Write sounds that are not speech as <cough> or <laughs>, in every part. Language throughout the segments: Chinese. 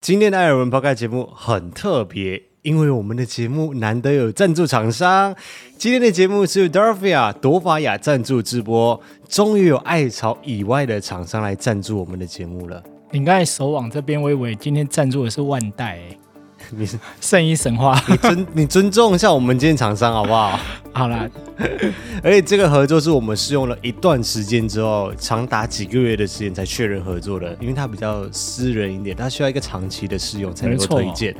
今天的艾尔文 p 盖节目很特别，因为我们的节目难得有赞助厂商。今天的节目是 Dorfia 朵法雅赞助直播，终于有艾草以外的厂商来赞助我们的节目了。 <laughs> 你刚才手往这边，我以为今天赞助的是万代、欸，你圣衣 <laughs> 神话。你尊你尊重一下我们今天厂商好不好？ <laughs> 好啦，而且这个合作是我们试用了一段时间之后，长达几个月的时间才确认合作的，因为它比较私人一点，它需要一个长期的试用才能够没错推荐。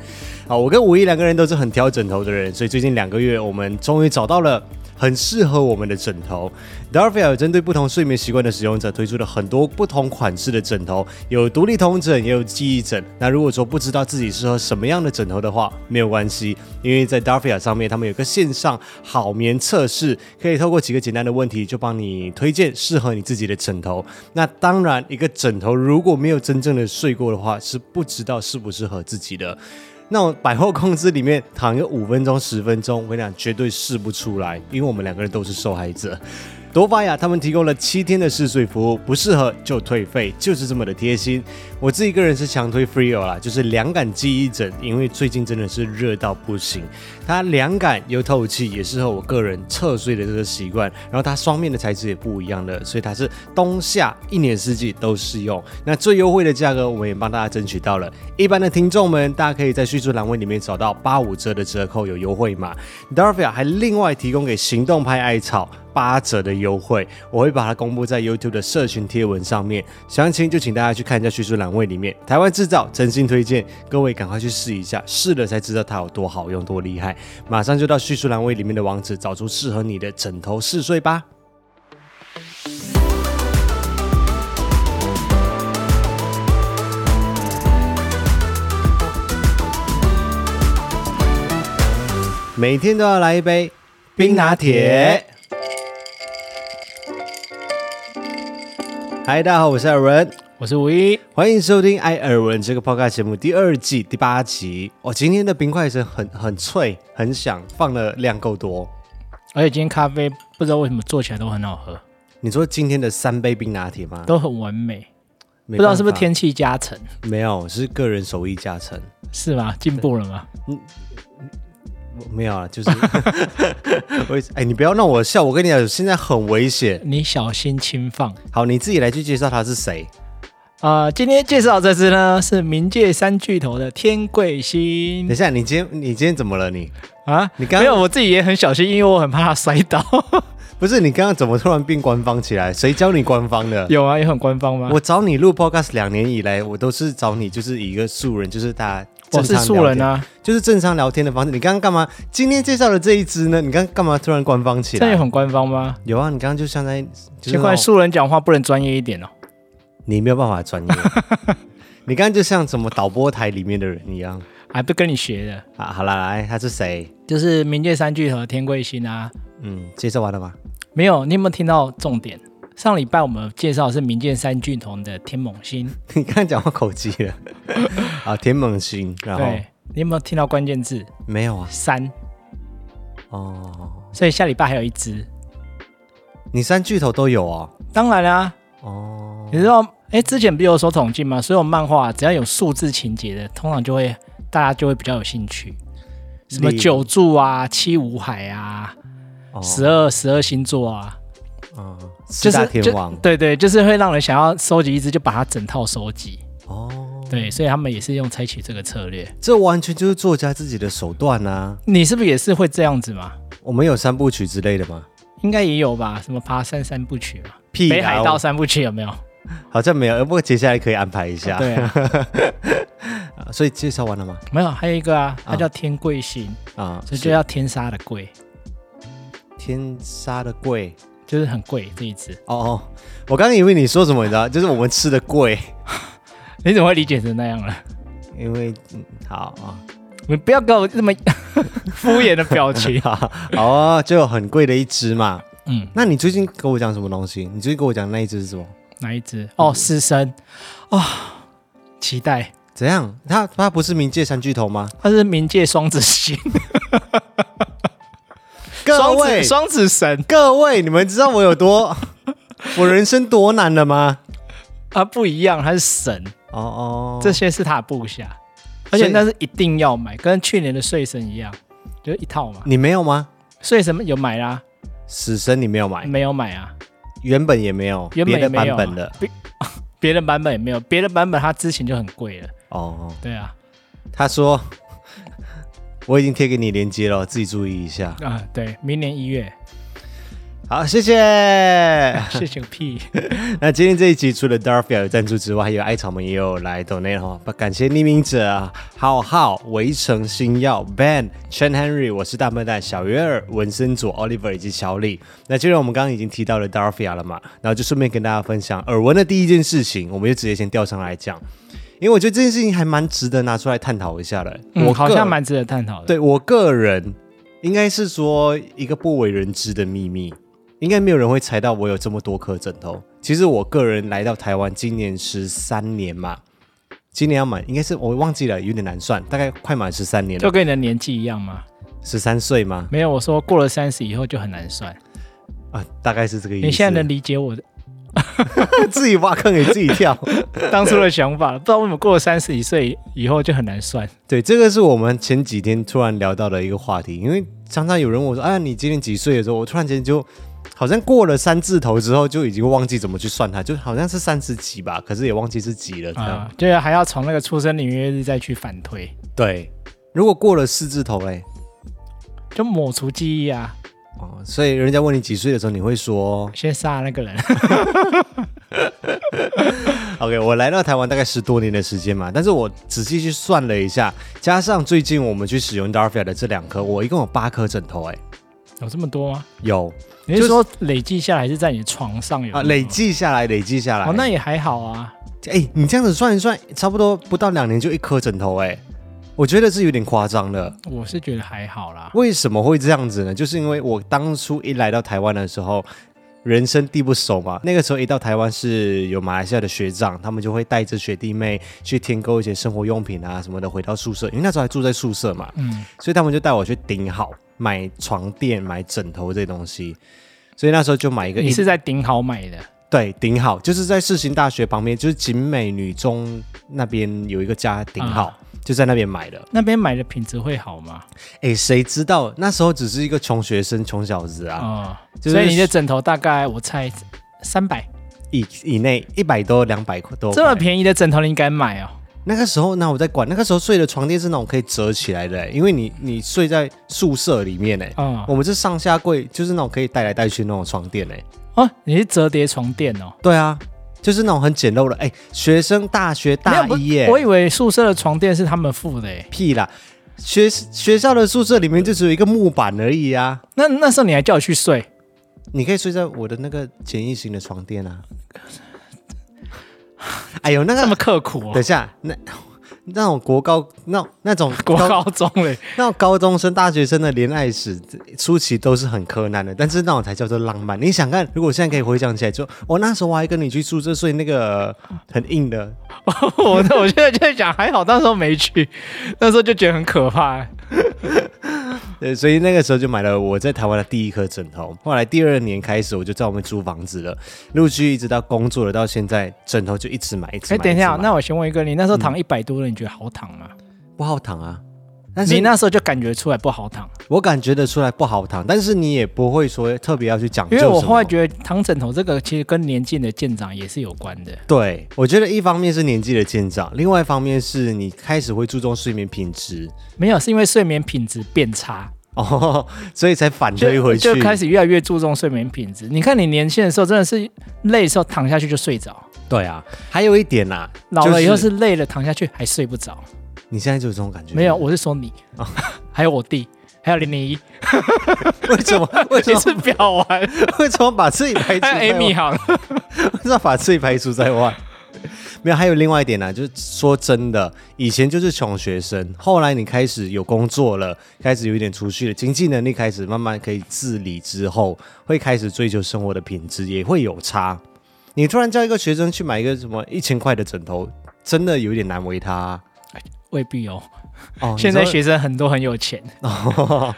好，我跟吴一两个人都是很挑枕头的人，所以最近两个月我们终于找到了。很适合我们的枕头 d a r v i a 针对不同睡眠习惯的使用者推出了很多不同款式的枕头，有独立筒枕，也有记忆枕。那如果说不知道自己适合什么样的枕头的话，没有关系，因为在 d a r v i a 上面他们有个线上好眠测试，可以透过几个简单的问题就帮你推荐适合你自己的枕头。那当然，一个枕头如果没有真正的睡过的话，是不知道适不适合自己的。那种百货公司里面躺个五分钟、十分钟，我跟你讲，绝对试不出来，因为我们两个人都是受害者。朵法雅他们提供了七天的试睡服务，不适合就退费，就是这么的贴心。我自己个人是强推 Freo 啦，就是凉感记忆枕，因为最近真的是热到不行，它凉感又透气，也适合我个人侧睡的这个习惯。然后它双面的材质也不一样的，所以它是冬夏一年四季都适用。那最优惠的价格我们也帮大家争取到了，一般的听众们，大家可以在叙述栏位里面找到八五折的折扣，有优惠码。Darvia 还另外提供给行动派艾草八折的优惠，我会把它公布在 YouTube 的社群贴文上面，详情就请大家去看一下叙述栏位里面。台湾制造，真心推荐，各位赶快去试一下，试了才知道它有多好用、多厉害。马上就到叙述栏位里面的网址，找出适合你的枕头试睡吧。每天都要来一杯冰拿铁。嗨，大家好，我是艾文，我是五一，欢迎收听《艾尔文》这个 podcast 节目第二季第八集。哦，今天的冰块声很很脆，很响，放的量够多。而且今天咖啡不知道为什么做起来都很好喝，你说今天的三杯冰拿铁吗？都很完美，不不知道是不是天气加成，没有，是个人手艺加成。是吗？进步了吗？没有啊，就是 <laughs> 我哎，你不要让我笑，我跟你讲，现在很危险。你小心轻放。好，你自己来去介绍他是谁。啊！今天介绍这支呢是冥界三巨头的天贵等一星下，你今天你今天怎么了你？啊。你刚没有，我自己也很小心，因为我很怕它摔 <laughs> 倒。不是你刚刚怎么突然变官方起来？谁教你官方的？有啊，也很官方吗？我找你录 podcast 两年以来，我都是找你就是以一个素人，就是大家我正是常素人聊天，啊，就是正常聊天的方式。你刚刚干嘛？今天介绍的这一支呢？你刚刚干嘛突然官方起这样也来？很官方吗？有啊，你刚刚就像在就是奇那怪，种素人讲话不能专业一点哦。你没有办法专 <laughs> 业，你刚刚就像什么导播台里面的人一样还不跟你学的，啊。好啦，来，他是谁？就是冥界三巨头天贵星啊。嗯，介绍完了吗？ <laughs> 没有，你有没有听到重点？上礼拜我们介绍的是冥界三巨头的天猛星，你刚刚讲话口技 <laughs> 了啊，田猛星，然后对，你有没有听到关键字没有啊？三？哦，所以下礼拜还有一只。你三巨头都有哦。当然啦、哦，你知道，哎，之前不是有所统计吗？所有漫画只要有数字情节的，通常就会大家就会比较有兴趣。什么例如九柱啊、七武海啊、哦十二十二星座啊，哦就四大是天就王对对，就是会让人想要收集一只，就把它整套收集。哦，对，所以他们也是用采取这个策略。这完全就是作家自己的手段啊。你是不是也是会这样子嘛？我们有三部曲之类的吗？应该也有吧？什么爬山三部曲嘛，屁啊北海道三部曲有没有？好像没有，呃不过接下来可以安排一下。对啊， <laughs> 啊所以介绍完了吗？没有，还有一个啊，它啊叫天贵星，啊，所以就叫天杀的贵，天杀的贵。就是很贵这一只。哦哦，我刚刚以为你说什么，你知道，就是我们吃的贵，你怎么会理解成那样啊了？因为、嗯、好啊，。你不要给我 <laughs> 这么敷衍的表情好 <laughs> 好啊，就有很贵的一只嘛。嗯，那你最近跟我讲什么东西？你最近跟我讲那一只是什么？ <laughs> 哪一只？哦，狮身啊，期待。怎样？它它不是冥界三巨头吗？它是冥界双子星， <laughs> 各双位子，双子神各位，你们知道我有多 <laughs> 我人生多难了吗？啊，不一样，它是神，哦哦，这些是他的部下。而且所以那是一定要买，跟去年的睡神一样，就是一套嘛。你没有吗？睡神有买啦，死神你没有买，没有买啊，原本也没有，原别本的也没版有、啊。本的别别的版本也没有，别的版本它之前就很贵了。哦。对啊，他说 <laughs> 我已经贴给你链接了，自己注意一下。啊、对，明年一 <laughs> 月，好，谢谢。谢谢个屁。 <laughs> 那今天这一集除了 Darfia 有赞助之外，还有艾草们也有来 donate 哈，感谢匿名者啊浩浩、围城星耀、Ben、Chen Henry，我是大笨蛋小约尔、文森佐、Oliver 以及小李。那既然我们刚刚已经提到了 Darfia 了嘛，然后就顺便跟大家分享耳闻的第一件事情，我们就直接先调上来讲，因为我觉得这件事情还蛮值得拿出来探讨一下的。嗯，我好个像蛮值得探讨的。，对我个人，应该是说一个不为人知的秘密，应该没有人会猜到我有这么多颗枕头。其实我个人来到台湾今年十三年嘛，今年要满，应该是我忘记了，有点难算，大概快满十三年就了，跟你的年纪一样嘛。十三岁吗？没有，我说过了三十以后就很难算。啊，大概是这个意思。你现在能理解我的 <laughs> <laughs> 自己挖坑给自己跳。当初的想法了，不知道为什么过了三十一岁以后就很难算。对，这个是我们前几天突然聊到的一个话题，因为常常有人问我说：“啊，你今年几岁的时候？”我突然间就好像过了三字头之后，就已经忘记怎么去算它，就好像是三十几吧，可是也忘记是几了。这样、啊、就是还要从那个出生年月日再去反推，对，如果过了四字头嘞，就抹除记忆啊，哦，所以人家问你几岁的时候，你会 <laughs> 说先杀那个人。 ：“OK，我来到台湾大概十多年的时间嘛。”但是我仔细去算了一下，加上最近我们去使用 Darfia 的这两颗，我一共有八颗枕头、哎，有这么多吗？有你就是说累计下来是在你的床上有啊，这么多累？计下来，累计下来，哦，那也还好啊。哎、你这样子算一算，差不多不到两年就一颗枕头、哎，我觉得是有点夸张了。我是觉得还好啦。为什么会这样子呢？就是因为我当初一来到台湾的时候，人生地不熟嘛。那个时候一到台湾是有马来西亚的学长，他们就会带着学弟妹去添购一些生活用品啊什么的，回到宿舍，因为那时候还住在宿舍嘛，嗯，所以他们就带我去顶好买床垫、买枕头这些东西。所以那时候就买一个你一是在顶好买的，对，顶好就是在世新大学旁边，就是景美女中那边有一个家顶好，嗯就在那边买的。那边买的品质会好吗？哎，谁知道那时候只是一个穷学生、穷小子啊，哦，就是所以你的枕头大概我猜三百，以以内一百多、两百多，这么便宜的枕头你敢买哦？那个时候那我在管，那个时候睡的床垫是那种可以折起来的，因为你你睡在宿舍里面呢。啊、我们是上下柜，就是那种可以带来带去那种床垫呢。哦，你是折叠床垫哦？对啊，就是那种很简陋的。哎，学生大学大没有不一耶，我以为宿舍的床垫是他们付的欸诶。屁啦！学学校的宿舍里面就只有一个木板而已啊，那那时候你还叫我去睡，你可以睡在我的那个简易型的床垫啊。 <laughs> 哎呦，那这个么刻苦、等一哦，下，那那种国高那那种国高中欸嘞， <laughs> 那种高中生、大学生的恋爱史初期都是很柯南的，但是那种才叫做浪漫。你想看，如果现在可以回想起来，就我、那时候我还跟你去宿舍睡那个很硬的，我我现在就在想，还好那时候没去，那时候就觉得很可怕。对，所以那个时候就买了我在台湾的第一颗枕头。后来第二年开始，我就在我们租房子了，陆续一直到工作了，到现在枕头就一直买，一直哎，买。等一直下，买嗯那我先问一个，你那时候躺一百多了，你觉得好躺吗？不好躺啊。但你是那时候就感觉出来不好躺，我感觉得出来不好躺，但是你也不会说特别要去讲究因什为么。我后来觉得躺枕头这个其实跟年纪的渐长也是有关的。对，我觉得一方面是年纪的渐长，另外一方面是你开始会注重睡眠品质没有，是因为睡眠品质变差，哦，所以才反推就回去。就开始越来越注重睡眠品质。你看你年轻的时候真的是累的时候躺下去就睡着，对啊，还有一点呐、啊，老了以后就是累了躺下去还睡不着。你现在就有这种感觉吗？没有，我是说你，哦 <laughs> 还有我弟，还有零零一，为什 <laughs> 么？ <laughs> 为什你么？是 <laughs> 表完，为什么把自己排除在还有外 Amy 行。 <laughs> 不知道把自己排除在外。没有，还有另外一点呢、就是说真的，以前就是穷学生，后来你开始有工作了，开始有一点储蓄了，经济能力开始慢慢可以自理之后，会开始追求生活的品质，也会有差。你突然叫一个学生去买一个什么一千块的枕头，真的有点难为他啊、未必哦，哦。现在你说学生 <laughs> 很多很有钱。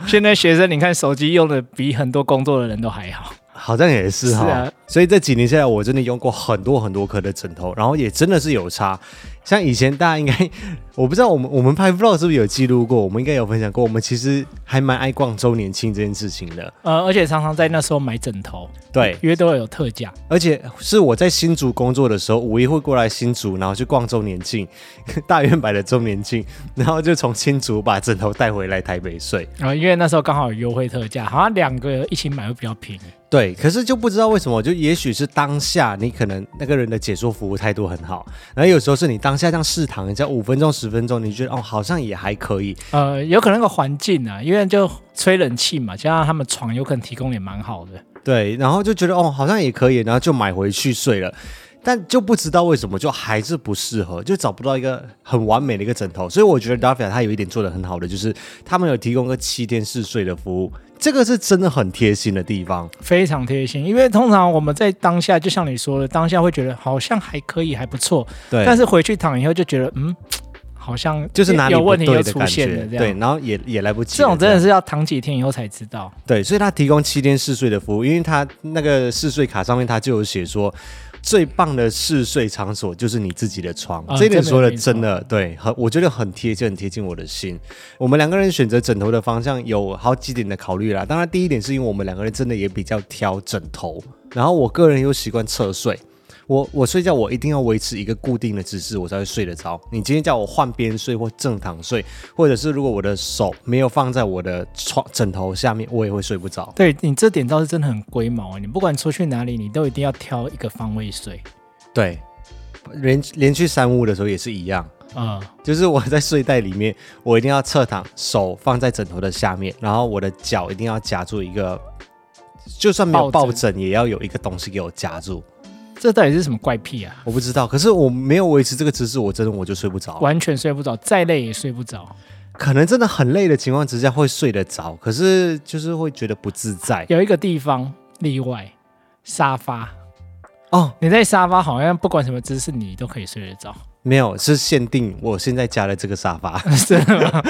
现在学生，你看手机用的比很多工作的人都还好。好像也是哈、是啊所以这几年下来，我真的用过很多很多颗的枕头，然后也真的是有差。像以前大家应该，我不知道我们我们拍 vlog 是不是有记录过，我们应该有分享过，我们其实还蛮爱逛周年庆这件事情的。呃，而且常常在那时候买枕头，对，因为都有特价。而且是我在新竹工作的时候，五一会过来新竹，然后去逛周年庆， <laughs> 大圆百的周年庆，然后就从新竹把枕头带回来台北睡。然哦后因为那时候刚好有优惠特价，好像两个一起买会比较便宜。对，可是就不知道为什么，就也许是当下你可能那个人的解说服务态度很好，然后有时候是你当下这样试躺一下五分钟十分钟，你觉得哦好像也还可以，呃，有可能那个环境啊，因为就吹冷气嘛，加上他们床有可能提供也蛮好的。对，然后就觉得哦好像也可以，然后就买回去睡了。但就不知道为什么，就还是不适合，就找不到一个很完美的一个枕头。所以我觉得 Dafia 它有一点做的很好的，就是他们有提供个七天试睡的服务，这个是真的很贴心的地方。非常贴心，因为通常我们在当下，就像你说的，当下会觉得好像还可以，还不错，对，但是回去躺以后就觉得，嗯，好像就是哪里有不问题又对的出感现觉了，，这对，样。然后也也来不及这了。种真样的是要躺几天以后才知道。对，所以他提供七天试睡的服务，因为他那个试睡卡上面他就有写说，最棒的试睡场所就是你自己的床，啊这一点这个说的没错真的对，很我觉得很贴切，很贴近我的心。我们两个人选择枕头的方向有好几点的考虑啦，当然第一点是因为我们两个人真的也比较挑枕头，然后我个人又习惯侧睡。我我睡觉，我一定要维持一个固定的姿势，我才会睡得着。你今天叫我换边睡或正躺睡，或者是如果我的手没有放在我的床枕头下面，我也会睡不着。对你这点倒是真的很龟毛，你不管出去哪里，你都一定要挑一个方位睡。对，连连去山屋的时候也是一样，嗯，就是我在睡袋里面，我一定要侧躺，手放在枕头的下面，然后我的脚一定要夹住一个，就算没有抱抱枕，也要有一个东西给我夹住。这到底是什么怪癖啊？我不知道，可是我没有维持这个姿势，我真的我就睡不着。完全睡不着，再累也睡不着。可能真的很累的情况之下会睡得着，可是就是会觉得不自在有一个地方例外，沙发。哦。你在沙发好像不管什么姿势，你都可以睡得着， <laughs> 没有，是限定我现在家的这个沙发， <laughs> 是 <laughs> 吗？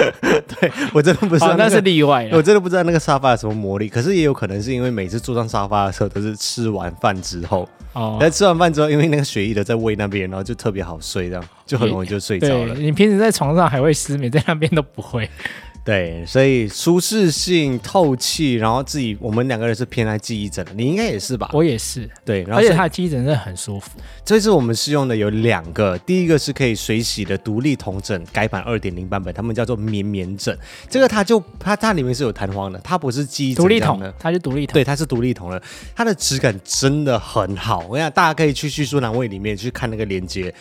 我真的不知道、好，哦那是例外 <laughs> 啊我了。真的不知道那个沙发有什么魔力，可是也有可能是因为每次坐上沙发的时候都是吃完饭之后，哦，但吃完饭之后，因为那个血液都在胃那边，然后就特别好睡， <laughs> 这样就很容易就睡着对了。你平时在床上还会失眠，在那边都不会。对，所以舒适性、透气，然后自己我们两个人是偏爱记忆枕的，你应该也是吧？我也是，对，然后而且所以它的机枕真的很舒服。这次我们试用的有两个，第一个是可以水洗的独立同枕改版二点零版本，他们叫做绵绵枕，这个它就它它里面是有弹簧的，它不是记忆枕独立这样桶的，它是独立桶。对，它是独立桶的，它的质感真的很好。我跟你讲，大家可以去叙述栏位里面去看那个链接，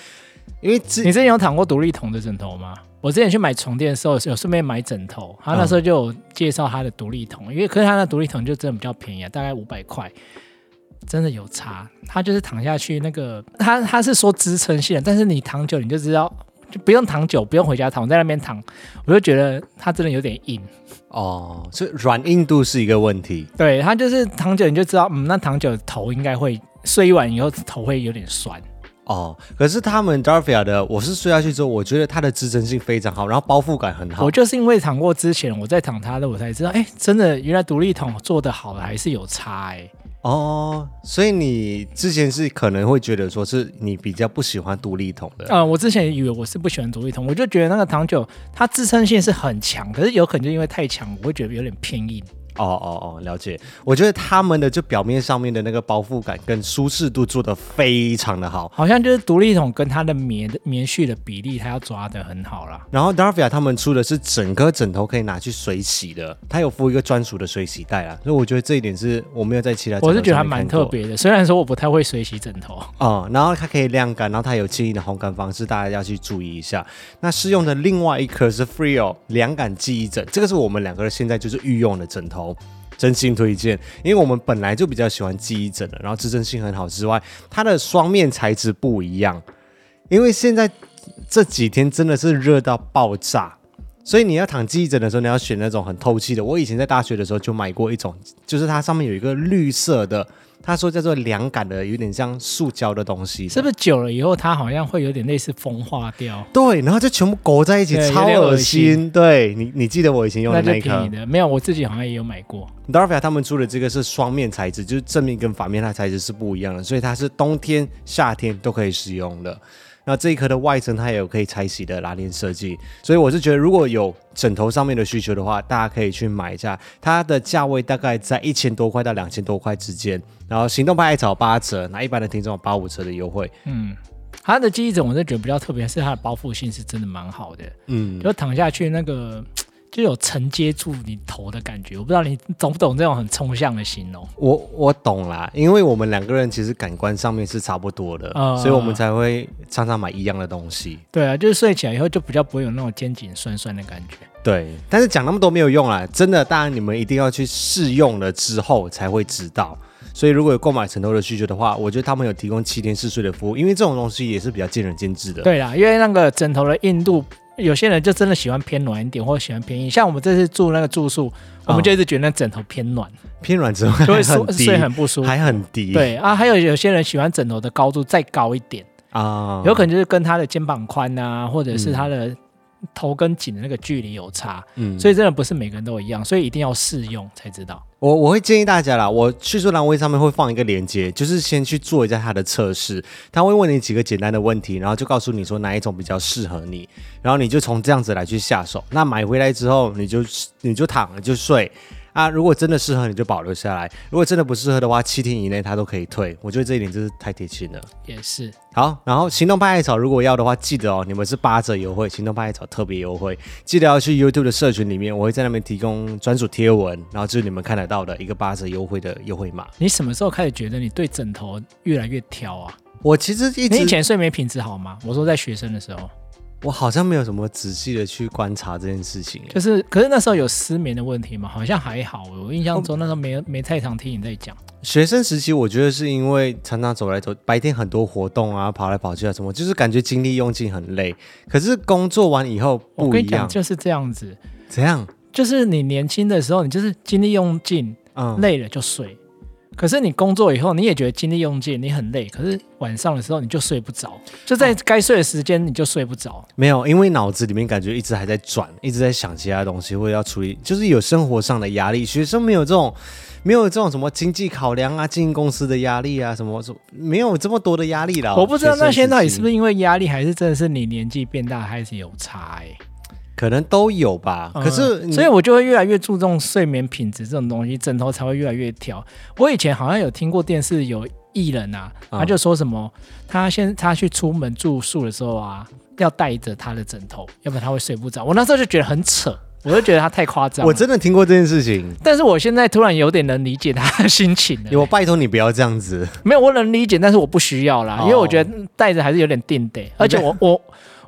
因为之你之前有躺过独立桶的枕头吗？我之前去买床垫的时候，有顺便买枕头，他那时候就有介绍它的独立桶，因为可是它的独立桶就真的比较便宜啊，大概五百块，真的有差。它就是躺下去那个，它它是说支撑性的，但是你躺久你就知道，就不用躺久，不用回家躺，在那边躺，我就觉得它真的有点硬。哦，所以软硬度是一个问题。对，它就是躺久你就知道，嗯，那躺久头应该会睡一晚以后头会有点酸。哦，可是他们 Darvia 的，我是睡下去之后，我觉得它的支撑性非常好，然后包覆感很好我。就是因为躺过之前，我在躺它的，我才知道，哎、真的原来独立桶做的好的还是有差哎、哦，所以你之前是可能会觉得说是你比较不喜欢独立桶的，呃，我之前以为我是不喜欢独立桶，我就觉得那个糖酒它支撑性是很强，可是有可能就因为太强，我会觉得有点偏硬。哦哦哦，了解。我觉得他们的就表面上面的那个包覆感跟舒适度做得非常的好，好像就是独立桶跟它的棉的棉絮的比例，它要抓的很好啦。然后 Darvia 他们出的是整个枕头可以拿去水洗的，它有附一个专属的水洗袋啦，所以我觉得这一点是我没有在其他枕头我是觉得还上面蛮看过特别的，虽然说我不太会水洗枕头，哦、然后它可以晾干，然后它有建议的烘干方式，大家要去注意一下。那试用的另外一颗是 Freo 凉感记忆枕，这个是我们两个人现在就是御用的枕头。真心推荐，因为我们本来就比较喜欢记忆枕的，然后支撑性很好之外，它的双面材质不一样。因为现在这几天真的是热到爆炸，所以你要躺记忆枕的时候，你要选那种很透气的。我以前在大学的时候就买过一种，就是它上面有一个绿色的他说叫做凉感的，有点像塑胶的东西，是不是？是久了以后它好像会有点类似风化掉？对，然后就全部裹在一起，对有超点恶恶心心。对你，你记得我以前用的那就那一便颗宜的，没有，我自己好像也有买过。 Darvia 他们出的这个是双面材质，就是正面跟反面它的材质是不一样的，所以它是冬天、夏天都可以使用的。那这一颗的外层它也有可以拆洗的拉链设计，所以我是觉得如果有枕头上面的需求的话，大家可以去买一下，它的价位大概在一千多块到两千多块之间。然后行动派还找八折，那一般的听众有八五折的优惠。嗯，它的记忆枕我是觉得比较特别，是它的包覆性是真的蛮好的，嗯，就躺下去那个就有承接住你头的感觉。我不知道你懂不懂这种很抽象的形容。我我懂啦，因为我们两个人其实感官上面是差不多的，啊所以我们才会常常买一样的东西。对啊，就是睡起来以后就比较不会有那种肩颈酸酸的感觉。对，但是讲那么多没有用啦，真的，当然你们一定要去试用了之后才会知道。所以如果有购买枕头的需求的话，我觉得他们有提供七天试睡的服务，因为这种东西也是比较见仁见智的。对啦，因为那个枕头的硬度，有些人就真的喜欢偏软一点，或者喜欢偏硬。像我们这次住那个住宿，我们就一直觉得那枕头偏软，偏软之后还就 <laughs> 会很舒低，睡很不舒服。还很低。对啊，还有有些人喜欢枕头的高度再高一点，啊，有可能就是跟他的肩膀宽啊，或者是他的头跟颈的那个距离有差，嗯所以真的不是每个人都一样，所以一定要试用才知道。我我会建议大家啦，我叙述栏位上面会放一个链接，就是先去做一下它的测试，他会问你几个简单的问题，然后就告诉你说哪一种比较适合你，然后你就从这样子来去下手。那买回来之后，你就你就躺你就睡啊，如果真的适合你就保留下来，如果真的不适合的话，七天以内它都可以退。我觉得这一点真是太贴心了。也是，好，然后行动派艾草如果要的话，记得哦，你们是八折优惠，行动派艾草特别优惠，记得要去 YouTube 的社群里面，我会在那边提供专属贴文，然后就是你们看得到的一个八折优惠的优惠码。你什么时候开始觉得你对枕头越来越挑啊？我其实一你以直前睡眠品质好吗？我说在学生的时候，我好像没有什么仔细的去观察这件事情，就是可是那时候有失眠的问题吗？好像还好，欸我印象中那时候没哦没太常听你在讲。学生时期，我觉得是因为常常走来走，白天很多活动啊，跑来跑去啊，什么，就是感觉精力用尽很累。可是工作完以后我不跟一你讲样，就是这样子，怎样？就是你年轻的时候，你就是精力用尽，嗯，累了就睡。可是你工作以后，你也觉得精力用尽，你很累。可是晚上的时候你就睡不着，就在该睡的时间你就睡不着。没有，因为脑子里面感觉一直还在转，一直在想其他东西，或者要处理，就是有生活上的压力。学生没有这种，没有这种什么经济考量啊、经营公司的压力啊，什么什么，没有这么多的压力啦。我不知道那些哦到底是不是是因为压力，还是真的是你年纪变大开始有差、欸。可能都有吧。可是嗯你，所以我就会越来越注重睡眠品质这种东西，枕头才会越来越挑。我以前好像有听过电视有艺人啊，嗯他就说什么，他先他去出门住宿的时候啊，要带着他的枕头，要不然他会睡不着。我那时候就觉得很扯，我就觉得他太夸张了。我真的听过这件事 <laughs> 情。但是我现在突然有点能理解他的心情了。我拜托你不要这样子，没有，我能理解，但是我不需要啦，哦因为我觉得带着还是有点定得，而且我我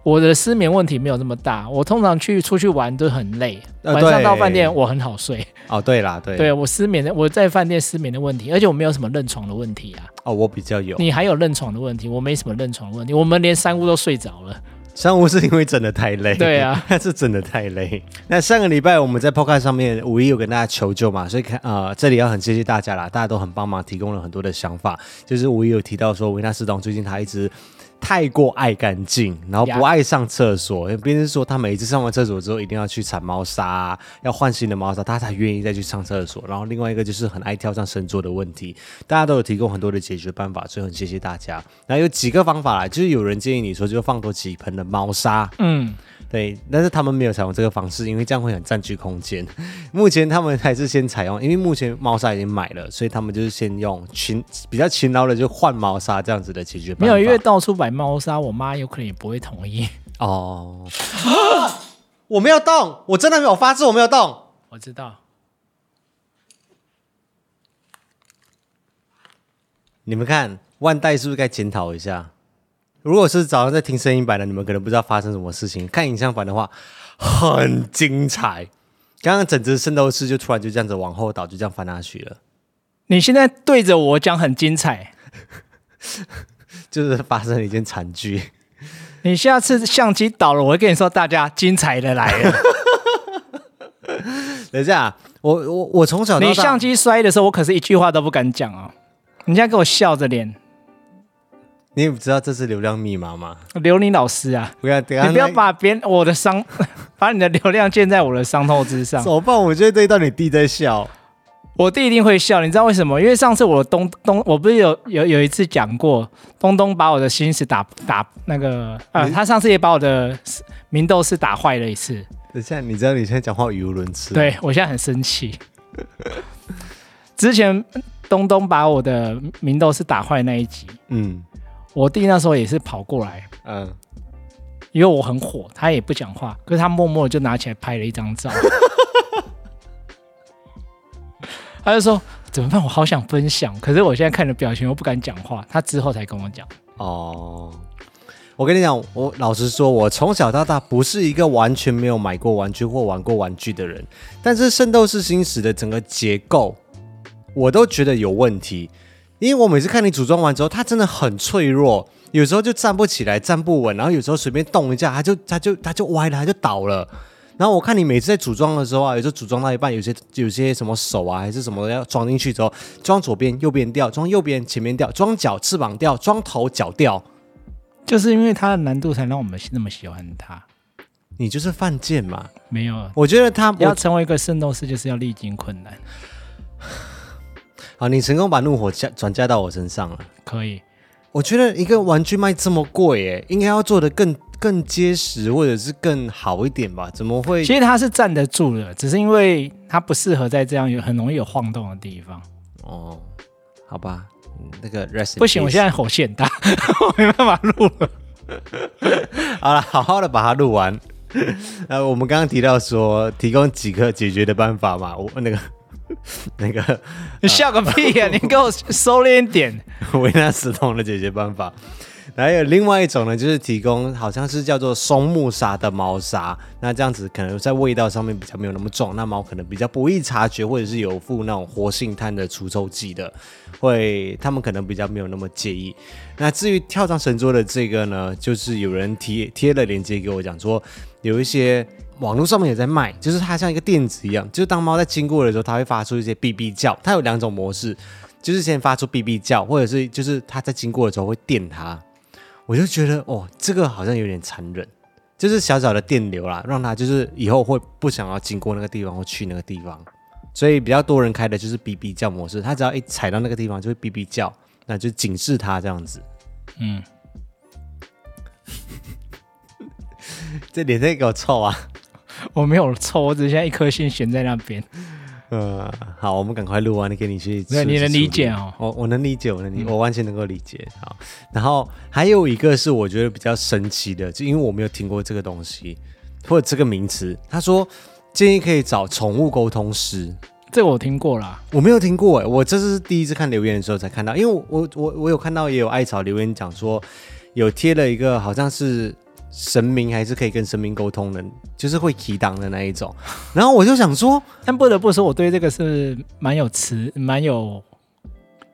我的失眠问题没有那么大，我通常去出去玩都很累，呃晚上对到饭店我很好睡。哦，对啦，对，啊对我失眠的，我在饭店失眠的问题，而且我没有什么认床的问题啊。哦，我比较有。你还有认床的问题，我没什么认床的问题，我们连三屋都睡着了。上午是因为真的太累，<laughs> 对啊，那是真的太累。那上个礼拜我们在 Podcast 上面五一有跟大家求救嘛，所以看呃这里要很谢谢大家啦，大家都很帮忙提供了很多的想法。就是五一有提到说维纳斯东最近他一直。太过爱干净，然后呀不爱上厕所。也便是说，他每一次上完厕所之后，一定要去铲猫砂、啊，要换新的猫砂，他才愿意再去上厕所。然后另外一个就是很爱跳上神桌的问题，大家都有提供很多的解决办法，所以很谢谢大家。然后有几个方法啦，就是有人建议你说，就放多几盆的猫砂，嗯，对，但是他们没有采用这个方式，因为这样会很占据空间。目前他们还是先采用，因为目前猫砂已经买了，所以他们就是先用勤比较勤劳的就换猫砂这样子的解决办没法。有，因为到处摆猫砂，我妈有可能也不会同意。哦， <gasps> 我没有动，我真的没有发誓，我没有动。我知道，你们看，万代是不是该检讨一下？如果是早上在听声音版的，你们可能不知道发生什么事情；看影像版的话，很精彩。刚刚整只圣斗士就突然就这样子往后倒，就这样翻下去了。你现在对着我讲很精彩，就是发生了一件惨剧。你下次相机倒了，我会跟你说大家精彩的来了。等一下，我我我从小到你大相，机摔的时候，我可是一句话都不敢讲哦。你现在给我笑着脸，你也知道这是流量密码吗？刘林老师啊，不要，等一下你不要那把别人我的伤， <laughs> 把你的流量建在我的伤痛之上怎。么办？我就会对到你弟在笑。我弟一定会笑，你知道为什么？因为上次我东东，我不是有有有一次讲过，东东把我的心思打打那个，呃，你他上次也把我的明斗士打坏了一次。等一下，你知道你现在讲话语无伦次。，对我现在很生气。之前东东把我的明斗士打坏那一集，嗯我弟那时候也是跑过来，嗯，因为我很火，他也不讲话，可是他默默地就拿起来拍了一张照， <laughs> 他就说怎么办？我好想分享，可是我现在看你的表情，我不敢讲话。他之后才跟我讲，哦。我跟你讲，我老实说，我从小到大不是一个完全没有买过玩具或玩过玩具的人，但是《圣斗士星矢》的整个结构，我都觉得有问题。因为我每次看你组装完之后，它真的很脆弱，有时候就站不起来、站不稳，然后有时候随便动一下，它就它就它就歪了，它就倒了。然后我看你每次在组装的时候啊，有时候组装到一半，有些有些什么手啊还是什么要装进去之后，装左边右边掉，装右边前面掉，装脚翅膀掉，装头脚掉，就是因为他的难度才让我们那么喜欢他。你就是犯贱嘛！没有，我觉得他要我成为一个圣斗士，就是要历经困难。啊，你成功把怒火加转嫁到我身上了。啊可以，我觉得一个玩具卖这么贵，哎，应该要做的更更结实或者是更好一点吧？怎么会？其实他是站得住的，只是因为他不适合在这样有很容易有晃动的地方。哦，好吧，嗯那个 rest in 不行，我 peace 现在火气很大， <laughs> 我没办法录了。 <laughs> 好了，好好的把它录完。 <laughs> 呃，我们刚刚提到说提供几个解决的办法嘛，我那个 <laughs> 那个你笑个屁 <laughs> 呀、你给我收敛一点。 <laughs> 维纳斯通的解决办法。还有另外一种呢，就是提供好像是叫做松木砂的猫砂，那这样子可能在味道上面比较没有那么重，那猫可能比较不易察觉，或者是有附那种活性炭的除臭剂的，会他们可能比较没有那么介意。那至于跳蚤神桌的这个呢，就是有人贴贴了链接给我讲说，有一些网络上面也在卖，就是它像一个电子一样，就是当猫在经过的时候，它会发出一些哔哔叫，它有两种模式，就是先发出哔哔叫，或者是就是它在经过的时候会电它，我就觉得哦，这个好像有点残忍，就是小小的电流啦，让它就是以后会不想要经过那个地方或去那个地方，所以比较多人开的就是哔哔叫模式，它只要一踩到那个地方就会哔哔叫，那就警示它这样子。嗯， <laughs> 这脸在给我臭啊！我没有抽，我只是现在一颗心悬在那边。呃，好，我们赶快录啊完，你给你去。对，你能理解啊？哦？我我能理解，我能理，我完全能够理解。好，然后还有一个是我觉得比较神奇的，就因为我没有听过这个东西或者这个名词。他说建议可以找宠物沟通师，这个我听过啦。我没有听过哎，我这是第一次看留言的时候才看到，因为我我我我有看到也有艾草留言讲说有贴了一个好像是神明还是可以跟神明沟通的，就是会提档的那一种。然后我就想说。但不得不说，我对这个是蛮有词，蛮有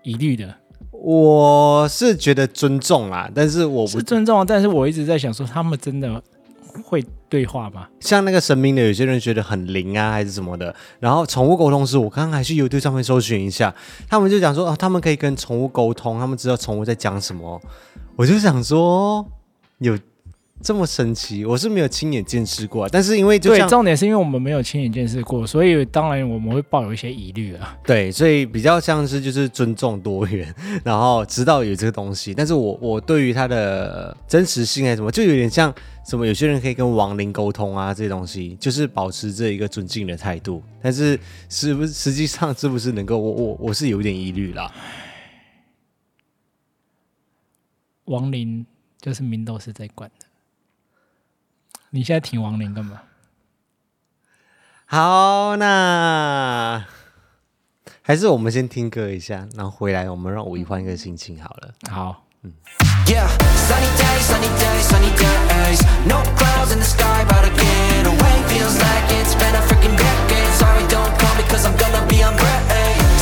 疑虑的。我是觉得尊重啦，但是我不是尊重，啊但是我一直在想说，他们真的会对话吗？像那个神明的，有些人觉得很灵啊，还是什么的。然后宠物沟通师，我刚刚还去 YouTube 上面搜寻一下，他们就讲说哦，他们可以跟宠物沟通，他们知道宠物在讲什么。我就想说，有这么神奇？我是没有亲眼见识过啊，但是因为就对，像重点是因为我们没有亲眼见识过，所以当然我们会抱有一些疑虑啊。对，所以比较像是就是尊重多元，然后知道有这个东西，但是我我对于它的真实性还是什么，就有点像什么有些人可以跟亡灵沟通啊，这些东西就是保持这一个尊敬的态度，但是是不是实际上是不是能够，我我我是有点疑虑啦。亡灵就是明斗士在管的。你现在挺亡灵干嘛？好，那还是我们先听歌一下，然后回来我们让五一换一个心情好了。好， Yeah, sunny day, sunny day, sunny days. No clouds in the sky, but I get away. Feels like it's been a freaking decade. Sorry, don't call me, cause I'm gonna be on break.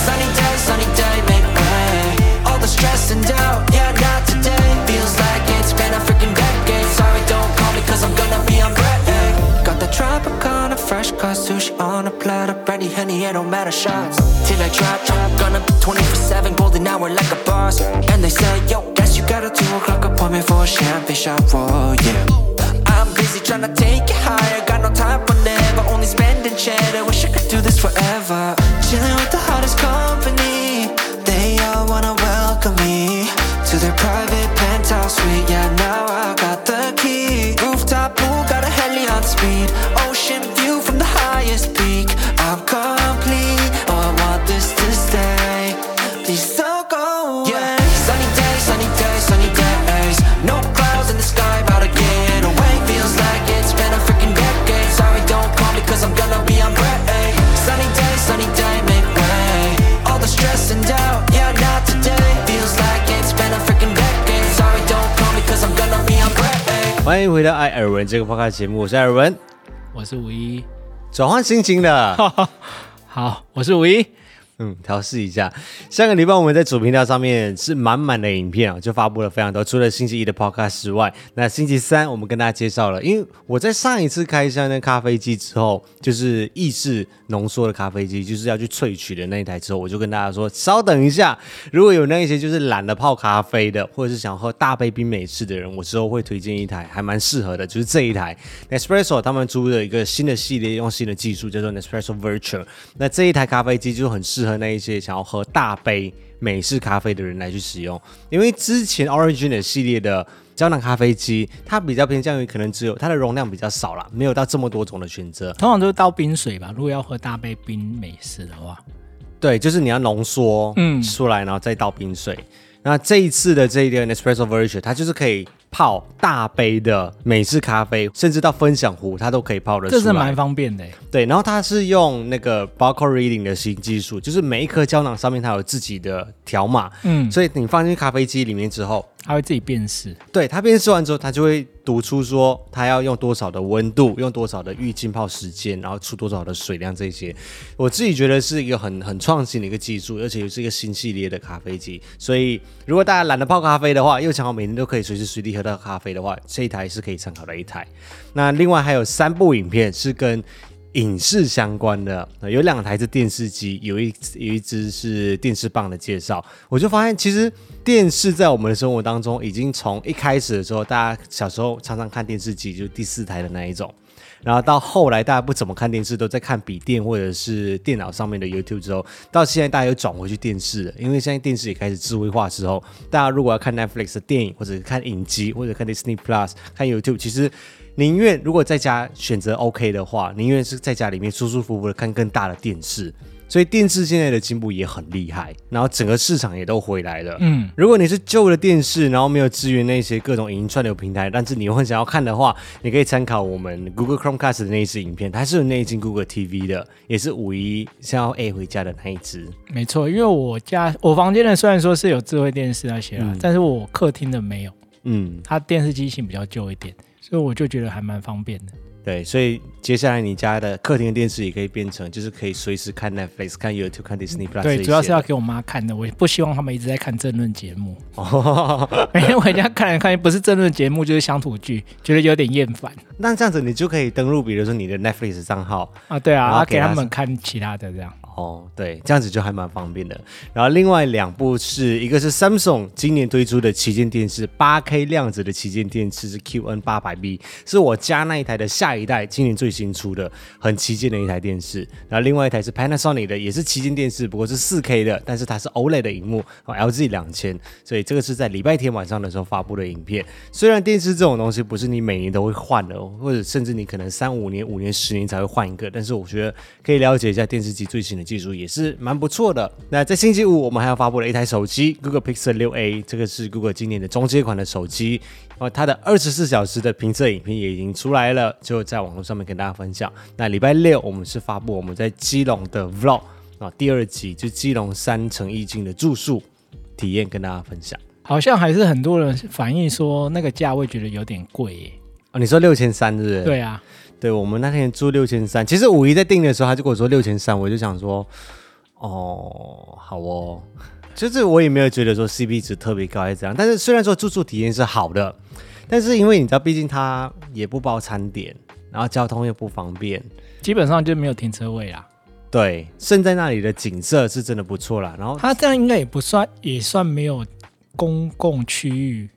Sunny day, sunny day, make way. All the stress and doubt, yeah, not today. Feels like it's been a freaking decade. Sorry, don't call me, cause I'm gonna be on break. Got that Tropicana fresh Fresh cut sushi on a platter, brandy, honey, it don't matter shots. Till I drop, gonna be 24/7, golden hour like a boss. And they say, yo, guess you got a two o'clock appointment for a champagne shower, yeah. I'm busy tryna take it higher, got no time for never, only spending cheddar. Wish I could do this forever. Chilling with the hottest company, they all wanna welcome me to their private penthouse suite. Yeah, now I got the key. Rooftop pool, got a heli on speed. Ocean view from the highest peak. I'm complete. Oh, I want this to stay. Please don't go away. Sunny days, sunny days, sunny days. No clouds in the sky, about to get away. Feels like it's been a freaking decade. Sorry, don't call me, cause I'm gonna be on break. Sunny day, sunny day, make way. All the stress and doubt, yeah, not today. Feels like it's been a freaking decade. Sorry, don't call me, cause I'm gonna be on break. 欢迎回到艾尔文这个 podcast 节目，我是艾尔文。我是五一，转换心情了，好，我是五一，嗯，调试一下。上个礼拜我们在主频道上面是满满的影片啊，就发布了非常多，除了星期一的 podcast 之外，那星期三我们跟大家介绍了，因为我在上一次开箱那咖啡机之后，就是意式浓缩的咖啡机，就是要去萃取的那一台之后，我就跟大家说，稍等一下，如果有那一些就是懒得泡咖啡的，或者是想喝大杯冰美式的人，我之后会推荐一台还蛮适合的，就是这一台 Nespresso 他们出的一个新的系列，用新的技术叫做 Nespresso Virtual。那这一台咖啡机就很适合那一些想要喝大杯美式咖啡的人来去使用，因为之前 Origin 的系列的。胶囊咖啡机，它比较偏向于可能只有它的容量比较少啦，没有到这么多种的选择。通常都是倒冰水吧。如果要喝大杯冰美式的话，对，就是你要浓缩嗯出来，然后再倒冰水。那这一次的这一个 Nespresso Virtual，它就是可以泡大杯的美式咖啡，甚至到分享壶，它都可以泡得出这来。是蛮方便的欸。对，然后它是用那个 barcode reading 的新技术，就是每一颗胶囊上面它有自己的条码，嗯，所以你放进咖啡机里面之后，它会自己辨识。对它辨识完之后，它就会读出说它要用多少的温度，用多少的预浸泡时间，然后出多少的水量这些。我自己觉得是一个很很创新的一个技术，而且也是一个新系列的咖啡机。所以如果大家懒得泡咖啡的话，又想要每天都可以随时随地喝到咖啡的话，这一台是可以参考的一台。那另外还有三部影片是跟影视相关的，呃有两台是电视机，有一有一只是电视棒的介绍。我就发现，其实电视在我们的生活当中，已经从一开始的时候，大家小时候常常看电视机，就是第四台的那一种。然后到后来，大家不怎么看电视，都在看笔电或者是电脑上面的 YouTube 之后，到现在大家又转回去电视了，因为现在电视也开始智慧化之后，大家如果要看 Netflix 的电影，或者是看影集，或者看 Disney Plus、看 YouTube，其实宁愿如果在家选择 OK 的话，宁愿是在家里面舒舒服服的看更大的电视。所以电视现在的进步也很厉害，然后整个市场也都回来了。嗯，如果你是旧的电视，然后没有支援那些各种影音串流平台，但是你又很想要看的话，你可以参考我们 Google Chromecast 的那一支影片，它是有内建 Google TV 的，也是五一想要 A 回家的那一支。没错，因为我家我房间的虽然说是有智慧电视那些啦，但是我客厅的没有，嗯，它电视机型比较旧一点，所以我就觉得还蛮方便的。对，所以接下来你家的客厅的电视也可以变成，就是可以随时看 Netflix、看 YouTube、看 Disney Plus 这一些对，的。主要是 <laughs> 要给我妈看的，我也不希望他们一直在看政论节目，哦。 <laughs> 每天回家看来看去，不是政论节目就是乡土剧，觉得有点厌烦那这样子你就可以登录，比如说你的 Netflix 账号，啊。对啊，然后啊给给她他们看其他的这样。哦，对，这样子就还蛮方便的。然后另外两部是一个是 Samsung 今年推出的旗舰电视，八 K 量子的旗舰电视是 QN 八百 B，是我家那一台的下一代，今年最新出的，很旗舰的一台电视。然后另外一台是 Panasonic 的，也是旗舰电视，不过是四 K 的，但是它是 OLED 的荧幕、哦、，LG 两千，所以这个是在礼拜天晚上的时候发布的影片。虽然电视这种东西不是你每年都会换的，或者甚至你可能三五年、五年、十年才会换一个，但是我觉得可以了解一下电视机最新的技术也是蛮不错的。那在星期五，我们还要发布了一台手机，Google Pixel 六 A，这个是 Google 今年的中阶款的手机。哦，它的二十四小时的评测影片也已经出来了，就在网络上面跟大家分享。那礼拜六我们是发布我们在基隆的 Vlog 啊、第二集，就基隆三城意境的住宿体验跟大家分享。好像还是很多人反映说那个价位觉得有点贵耶。哦，你说六千三是不是？对啊，对我们那天住六千三，其实五一在订的时候，他就跟我说六千三，我就想说，哦，好哦，就是我也没有觉得说 CP 值特别高还是怎样，但是虽然说住宿体验是好的，但是因为你知道，毕竟它也不包餐点，然然后交通又不方便。基本上就没有停车位啦。对，胜在那里的景色是真的不错啦。然后它这样应该也不算，也算没有公共区域，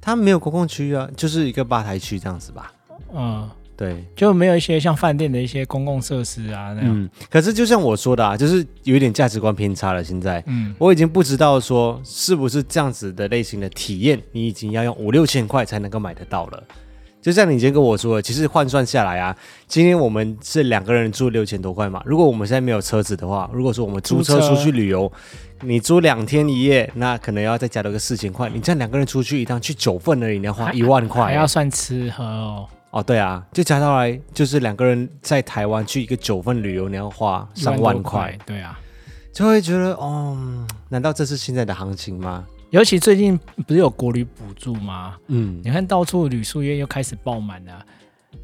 它没有公共区域啊，就是一个吧台区这样子吧。嗯，对，就没有一些像饭店的一些公共设施啊那样。嗯，可是就像我说的啊，就是有一点价值观偏差了。现在嗯，我已经不知道说是不是这样子的类型的体验，你已经要用五六千块才能够买得到了。就像你今天跟我说的，其实换算下来啊，今天我们是两个人住六千多块嘛。如果我们现在没有车子的话，如果说我们租车租车出去旅游，你租两天一夜，那可能要再加多个四千块。你这样两个人出去一趟去九份那里，你要花一万块、还要算吃喝哦，哦，对啊，就加到来就是两个人在台湾去一个九份旅游，你要花上1万多块，，对啊。就会觉得哦，嗯难道这是现在的行情吗？尤其最近不是有国旅补助吗？嗯，你看到处旅宿业又开始爆满了，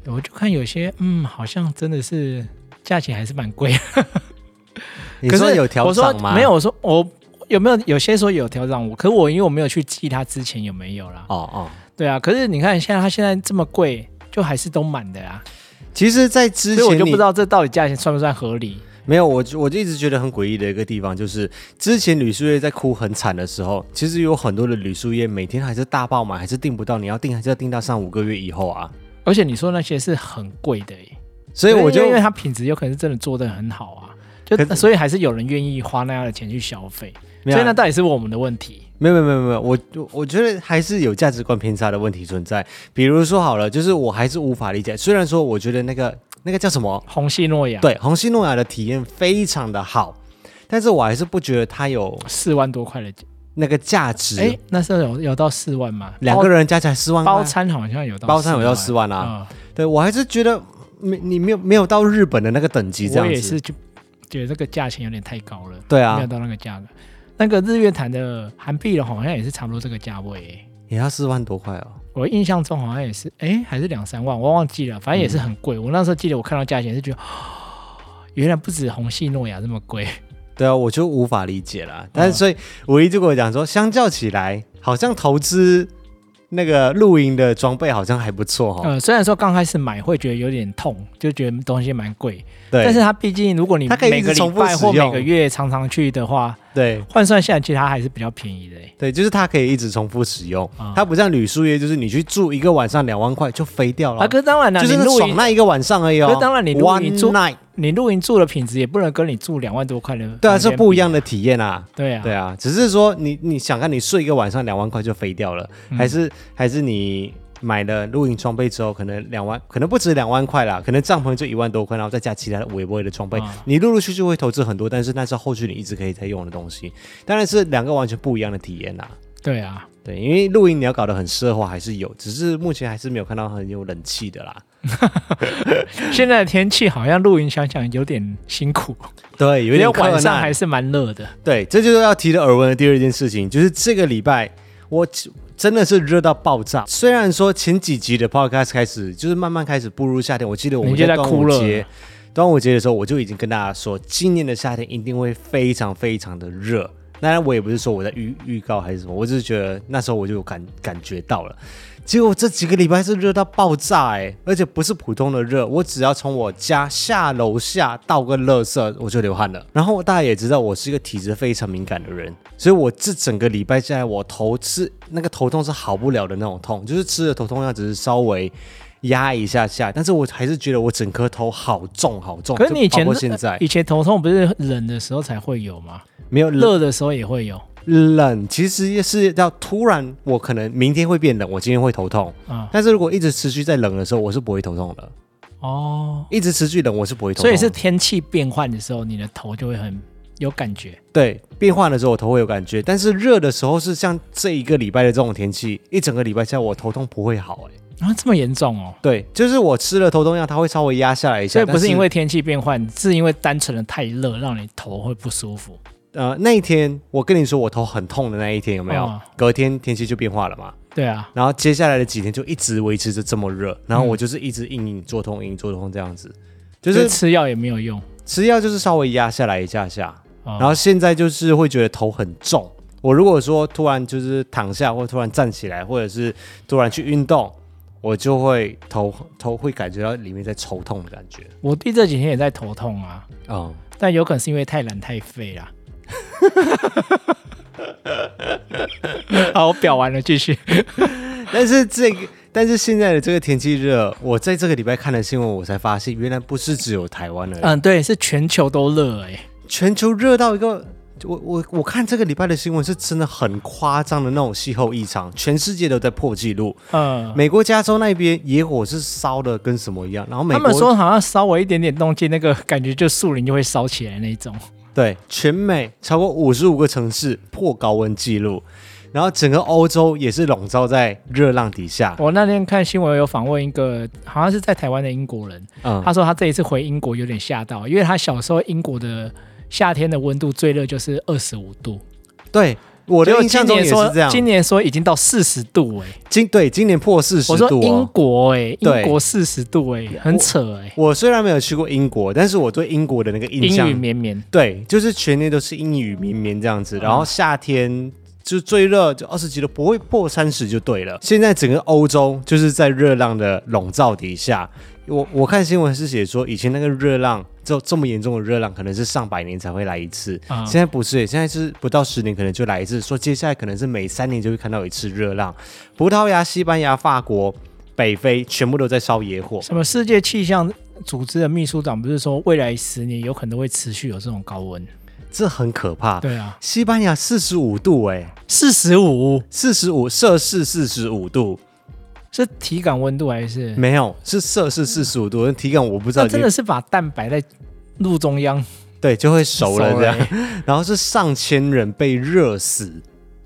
我就看有些嗯，好像真的是价钱还是蛮贵。啊你可说是有调我说整吗？没有，。我说我有没有有些说有调整，我可我因为我没有去记它之前有没有啦。哦哦，对啊，可是你看现在它现在这么贵，就还是都满的啊，其实，在之所前以我就你不知道这到底价钱算不算合理。没有，我就我就一直觉得很诡异的一个地方，就是之前旅宿业在哭很惨的时候，其实有很多的旅宿业每天还是大爆满，还是订不到，你要订还是要订到上五个月以后啊。而且你说那些是很贵的耶、欸所以我因就为因为它品质有可能是真的做的很好啊，就可是所以还是有人愿意花那样的钱去消费，没所有啊以那到底是我们的问题。没有没有没有没有，我我觉得还是有价值观偏差的问题存在。比如说好了，就是我还是无法理解，虽然说我觉得那个那个叫什么，红系诺亚，，对，红西诺亚的体验非常的好，但是我还是不觉得它有四万多块的，那个价值。哎，那时候有有到四万吗？两个人加起来四万包块包餐好像有到包餐有到四万啊，啊，对我还是觉得没你没有没有到日本的那个等级这我样也子是。就觉得这个价钱有点太高了，对啊没有到那个价格。那个日月潭的韩碧龙好像也是差不多这个价位耶、也要四万多块哦。我印象中好像也是，哎，还是两三万，我忘记了，反正也是很贵。我那时候记得我看到价钱是觉得， <gasps> 哦原来不止红系诺亚这么贵，对啊，我就无法理解啦。嗯但是所以五一就跟我讲说，相较起来，好像投资那个露营的装备好像还不错哈、哦。呃，虽然说刚开始买会觉得有点痛，就觉得东西蛮贵，对，但是它毕竟如果你它可以一直每个礼重复拜使或每用个月常常去的话，对换算下来其实它还是比较便宜的欸耶。对，就是它可以一直重复使用，啊它不像旅宿业，就是你去住一个晚上两万块就飞掉了。啊，可是当然了，哦就是你那露爽营，那一个晚上而已哦可。是当然你如果 one 你住 night，你露营住的品质也不能跟你住两万多块的房间比，对啊，是不一样的体验啊。对啊，对啊，只是说你你想看你睡一个晚上两万块就飞掉了，嗯还是还是你买了露营装备之后，可能两万，可能不止两万块啦，可能帐篷就一万多块，然后再加其他的微波的装备，啊你陆陆续续会投资很多，但是那是后续你一直可以再用的东西，当然是两个完全不一样的体验啦。对啊，对，因为露营你要搞得很奢华还是有，只是目前还是没有看到很有冷气的啦。现在的天气好像露营想想有点辛苦，对，有一点因为晚困上难哦还是蛮热的。对，这就是要提的耳闻的第二件事情，就是这个礼拜我真真的是热到爆炸。虽然说前几集的 podcast 开始就是慢慢开始步入夏天，我记得我们你就在端哭午了节，端午节的时候我就已经跟大家说，今年的夏天一定会非常非常的热。当然，我也不是说我在预预告还是什么，我只是觉得那时候我就有感感觉到了。结果这几个礼拜是热到爆炸哎、而且不是普通的热，我只要从我家下楼下倒个垃圾，我就流汗了。然后大家也知道我是一个体质非常敏感的人，所以我这整个礼拜下来，我头是那个头痛是好不了的那种痛，就是吃了头痛药只是稍微压一下下，但是我还是觉得我整颗头好重好重。可是你以就包前括现在以前头痛不是冷的时候才会有吗？没有冷热的时候也会有冷，其实也是要突然，我可能明天会变冷，我今天会头痛，啊、但是如果一直持续在冷的时候，我是不会头痛的。哦，一直持续冷，我是不会头痛所的。以是天气变换的时候，你的头就会很有感觉。对变换的时候我头会有感觉，但是热的时候是像这一个礼拜的这种天气，一整个礼拜下来我头痛不会好哎、啊，这么严重哦？对，就是我吃了头痛药，它会稍微压下来一下，所以不啊但是因为天气变换，是因为单纯的太热，让你头会不舒服。呃那一天我跟你说我头很痛的那一天有没有？哦隔天天气就变化了嘛，对啊，然后接下来的几天就一直维持着这么热，然后嗯我就是一直硬硬做痛，硬硬做痛这样子，就就是吃药也没有用。吃药就是稍微压下来一下下，哦、然后现在就是会觉得头很重。我如果说突然就是躺下，或突然站起来，或者是突然去运动，我我就会头头会感觉到里面在抽痛的感觉。我弟这几天也在头痛啊，哦，但有可能是因为太懒太废啦。 <laughs> 好，我表完了，继续。但是这个，但是现在的这个天气热，我在这个礼拜看了新闻，我才发现原来不是只有台湾而已，嗯，对，是全球都热哎、全球热到一个。我我我看这个礼拜的新闻是真的很夸张的那种气候异常，全世界都在破纪录。嗯，美国加州那边野火是烧的跟什么一样，然后美他国们说好像稍微一点点动静，那个感觉就树林就会烧起来那种。对，全美超过五十五个城市破高温纪录，然后整个欧洲也是笼罩在热浪底下。我那天看新闻有访问一个，好像是在台湾的英国人，嗯他，说他这一次回英国有点吓到，因为他小时候英国的夏天的温度最热就是二十五度，对，我的结果印象中也是今年说这样。今年说已经到四十度哎、今对今年破四十我说度、英哦。国哎、对英国四十度哎、很扯哎、我虽然没有去过英国，但是我对英国的那个印阴象雨，绵绵。对，就是全年都是阴雨绵绵这样嗯子，然后夏天。就最热就二十几度，不会破三十就对了。现在整个欧洲就是在热浪的笼罩底下，我我看新闻是写说，以前那个热浪，就这么严重的热浪，可能是上百年才会来一次，啊现在不是耶，现在是不到十年可能就来一次。说接下来可能是每三年就会看到一次热浪。葡萄牙、西班牙、法国、北非全部都在烧野火，什么世界气象组织的秘书长不是说未来十年有可能会持续有这种高温？这很可怕。对啊，西班牙四十五度、哎，四十五四十五摄氏四十五度，是体感温度还是？没有是摄氏四十五度，体感我不知道那已经，啊真的是把蛋摆在路中央对就会熟了这样。欸 <laughs> 然后是上千人被热死，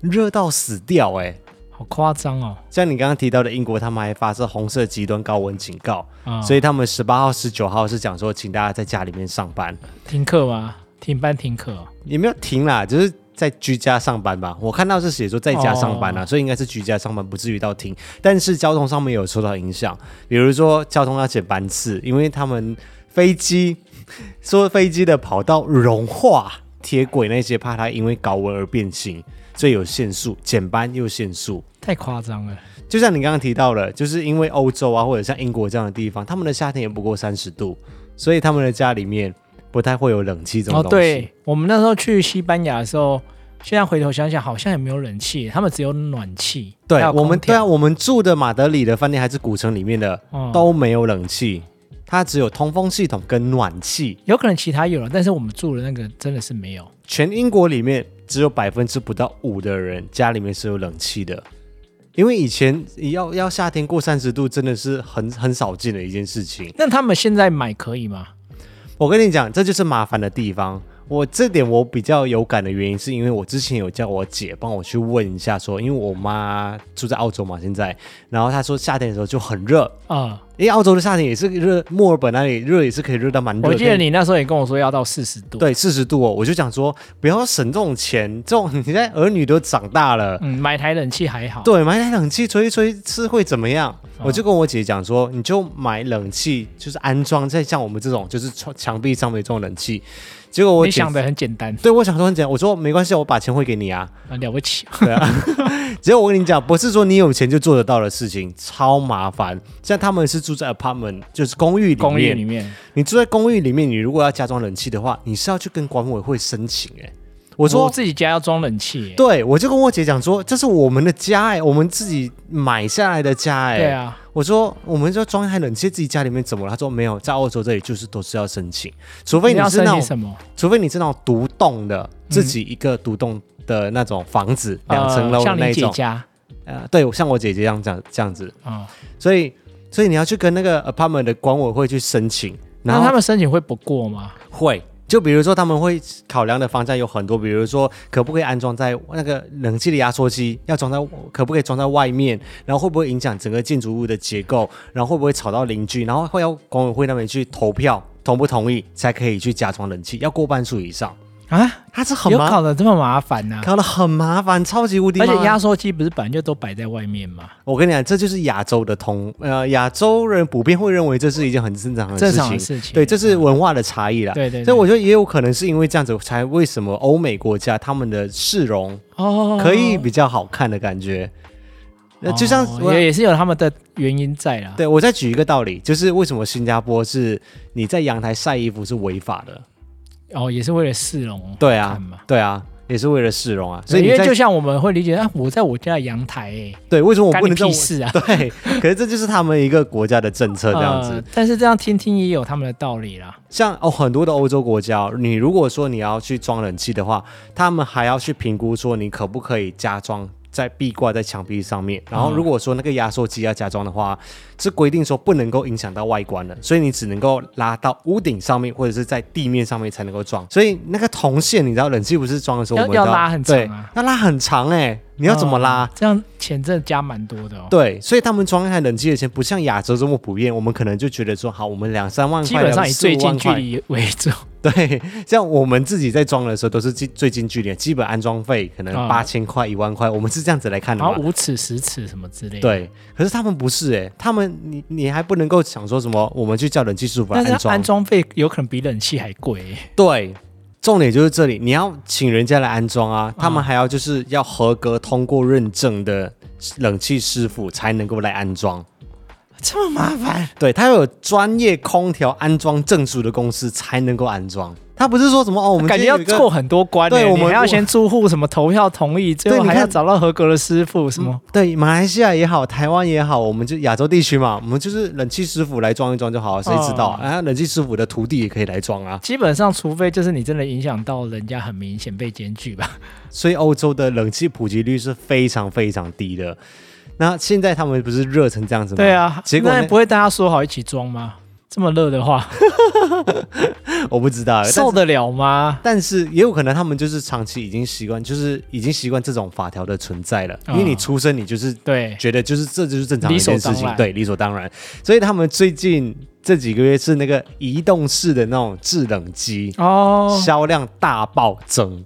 热到死掉、哎。好夸张哦！像你刚刚提到的英国，他们还发射红色极端高温警告，啊、所以他们十八号、十九号是讲说，请大家在家里面上班，停课吗？停班停课哦、也没有停啦，就是在居家上班吧。我看到是写说在家上班啦，哦所以应该是居家上班，不至于到停。但是交通上面有受到影响，比如说交通要减班次，因为他们飞机说飞机的跑道融化铁轨那些，怕它因为高温而变形，所以有限速，减班又限速。太夸张了。就像你刚刚提到了，就是因为欧洲啊，或者像英国这样的地方，他们的夏天也不过三十度，所以他们的家里面不太会有冷气这种哦，东西。对，我们那时候去西班牙的时候，现在回头想想，好像也没有冷气，他们只有暖气。对，还有我们空对啊，调我们住的马德里的饭店还是古城里面的，哦都没有冷气，它只有通风系统跟暖气。有可能其他有了，但是我们住的那个真的是没有。全英国里面只有百分之不到五的人家里面是有冷气的，因为以前要要夏天过三十度真的是很很少见的一件事情。那他们现在买可以吗？我跟你讲，这就是麻烦的地方。我这点我比较有感的原因，是因为我之前有叫我姐帮我去问一下说因为我妈住在澳洲嘛，现在，然后她说夏天的时候就很热，啊、因为澳洲的夏天也是热，墨尔本那里热也是可以热到蛮热的。我记得你那时候也跟我说要到四十度。，对四十度哦，我就想说不要省这种钱，这种你现在儿女都长大了，嗯，买台冷气还好。，对，买台冷气吹一吹是会怎么样？嗯我就跟我姐讲说，你就买冷气，就是安装在像我们这种就是窗墙壁上面这种冷气。结果我你姐想的很简单，对，我想说很简单，我说没关系，我把钱汇给你 <laughs> 啊。啊，了不起。对啊，结果我跟你讲，不是说你有钱就做得到的事情，超麻烦。像他们是住在 apartment，就是公寓里面，公寓里面，你住在公寓里面，你如果要加装冷气的话，你是要去跟管委会申请、欸。我我说，自己家要装冷气耶。对，我就跟我姐讲说，这是我们的家、欸，我们自己买下来的家、欸，对啊，我说，我们就装一台冷气，自己家里面怎么了？她说没有，在澳洲这里就是都是要申请，除非你要是申那请种什么？除非你是那种独栋的，自己一个独栋的那种房子，两层楼的呃像那你一姐种。家呃，对，像我姐姐这样这样这样子，啊。所以所以你要去跟那个 apartment 的管委会去申请，然那后他们申请会不过吗？会。就比如说，他们会考量的方向有很多，比如说可不可以安装在那个冷气的压缩机，要装在可不可以装在外面，然后会不会影响整个建筑物的结构，然后会不会吵到邻居，然后会要管委会那边去投票同不同意才可以去加装冷气，要过半数以上，啊，它是很有麻搞得这么麻烦啊呢、搞得很麻烦，超级无敌麻而烦。且压缩机不是本来就都摆在外面吗？我跟你讲，这就是亚洲的通，呃，亚洲人普遍会认为这是一件很正常的事正情。常的事情。嗯对，这是文化的差异啦。对对对所以我觉得也有可能是因为这样子，才为什么欧美国家他们的市容哦，可以比较好看的感觉。那就像哦我也也是有他们的原因在啦。对我再举一个道理，就是为什么新加坡是你在阳台晒衣服是违法的？哦，也是为了市容对看啊嘛，对啊，也是为了市容啊。所所以以你因为在就像我们会理解，啊，我在我家的阳台、欸，对，为什么我干不你能在我屁事啊 <laughs> 对，可是这就是他们一个国家的政策这样子。呃但是这样听听也有他们的道理啦。像哦，很多的欧洲国家哦，你如果说你要去装冷气的话，他们还要去评估说你可不可以加装在壁挂在墙壁上面。然后如果说那个压缩机要加装的话，是规定说不能够影响到外观的，所以你只能够拉到屋顶上面或者是在地面上面才能够装。所以那个铜线，你知道冷气不是装的时候要我们都要拉很长对啊，要拉很长哎、你你要怎么拉？哦这样钱真的加蛮多的哦。对，所以他们装一台冷气的钱不像亚洲这么普遍，我们可能就觉得说，好，我们两三万块，基本上两以四最五近万距块离为主， <laughs> 对，像我们自己在装的时候都是最最近距离，基本安装费可能啊八千块、一万块，我们是这样子来看的然后嘛。五尺、十尺什么之类的。，对，可是他们不是哎、他们你你还不能够想说什么，我们去叫冷气师傅来但安是装。安装费有可能比冷气还贵欸、对，重点就是这里，你要请人家来安装啊，他们还要就是要合格通过认证的冷气师傅才能够来安装。这么麻烦。对，他有专业空调安装证书的公司才能够安装，他不是说什么哦，我们感觉今天要有一个过很多关欸、对我们你还要先住户什么投票同意，最后对你还看嗯要找到合格的师傅什么。对，马来西亚也好，台湾也好，我们就亚洲地区嘛，我们就是冷气师傅来装一装就好了，谁知道哦啊？啊冷气师傅的徒弟也可以来装啊。基本上，除非就是你真的影响到人家很明显被检举吧。所以欧洲的冷气普及率是非常非常低的。那现在他们不是热成这样子吗？对啊，结果那呢不会大家说好一起装吗？这么热的 <laughs> 话，我不知道，但受是得了吗？但是也有可能他们就是长期已经习惯，就是已经习惯这种法条的存在了，因为你嗯出生你就是对，觉得就是这就是正常的一件事理所当情，然对，理所当然。所以他们最近这几个月是那个移动式的那种制冷机，哦，销量大暴增，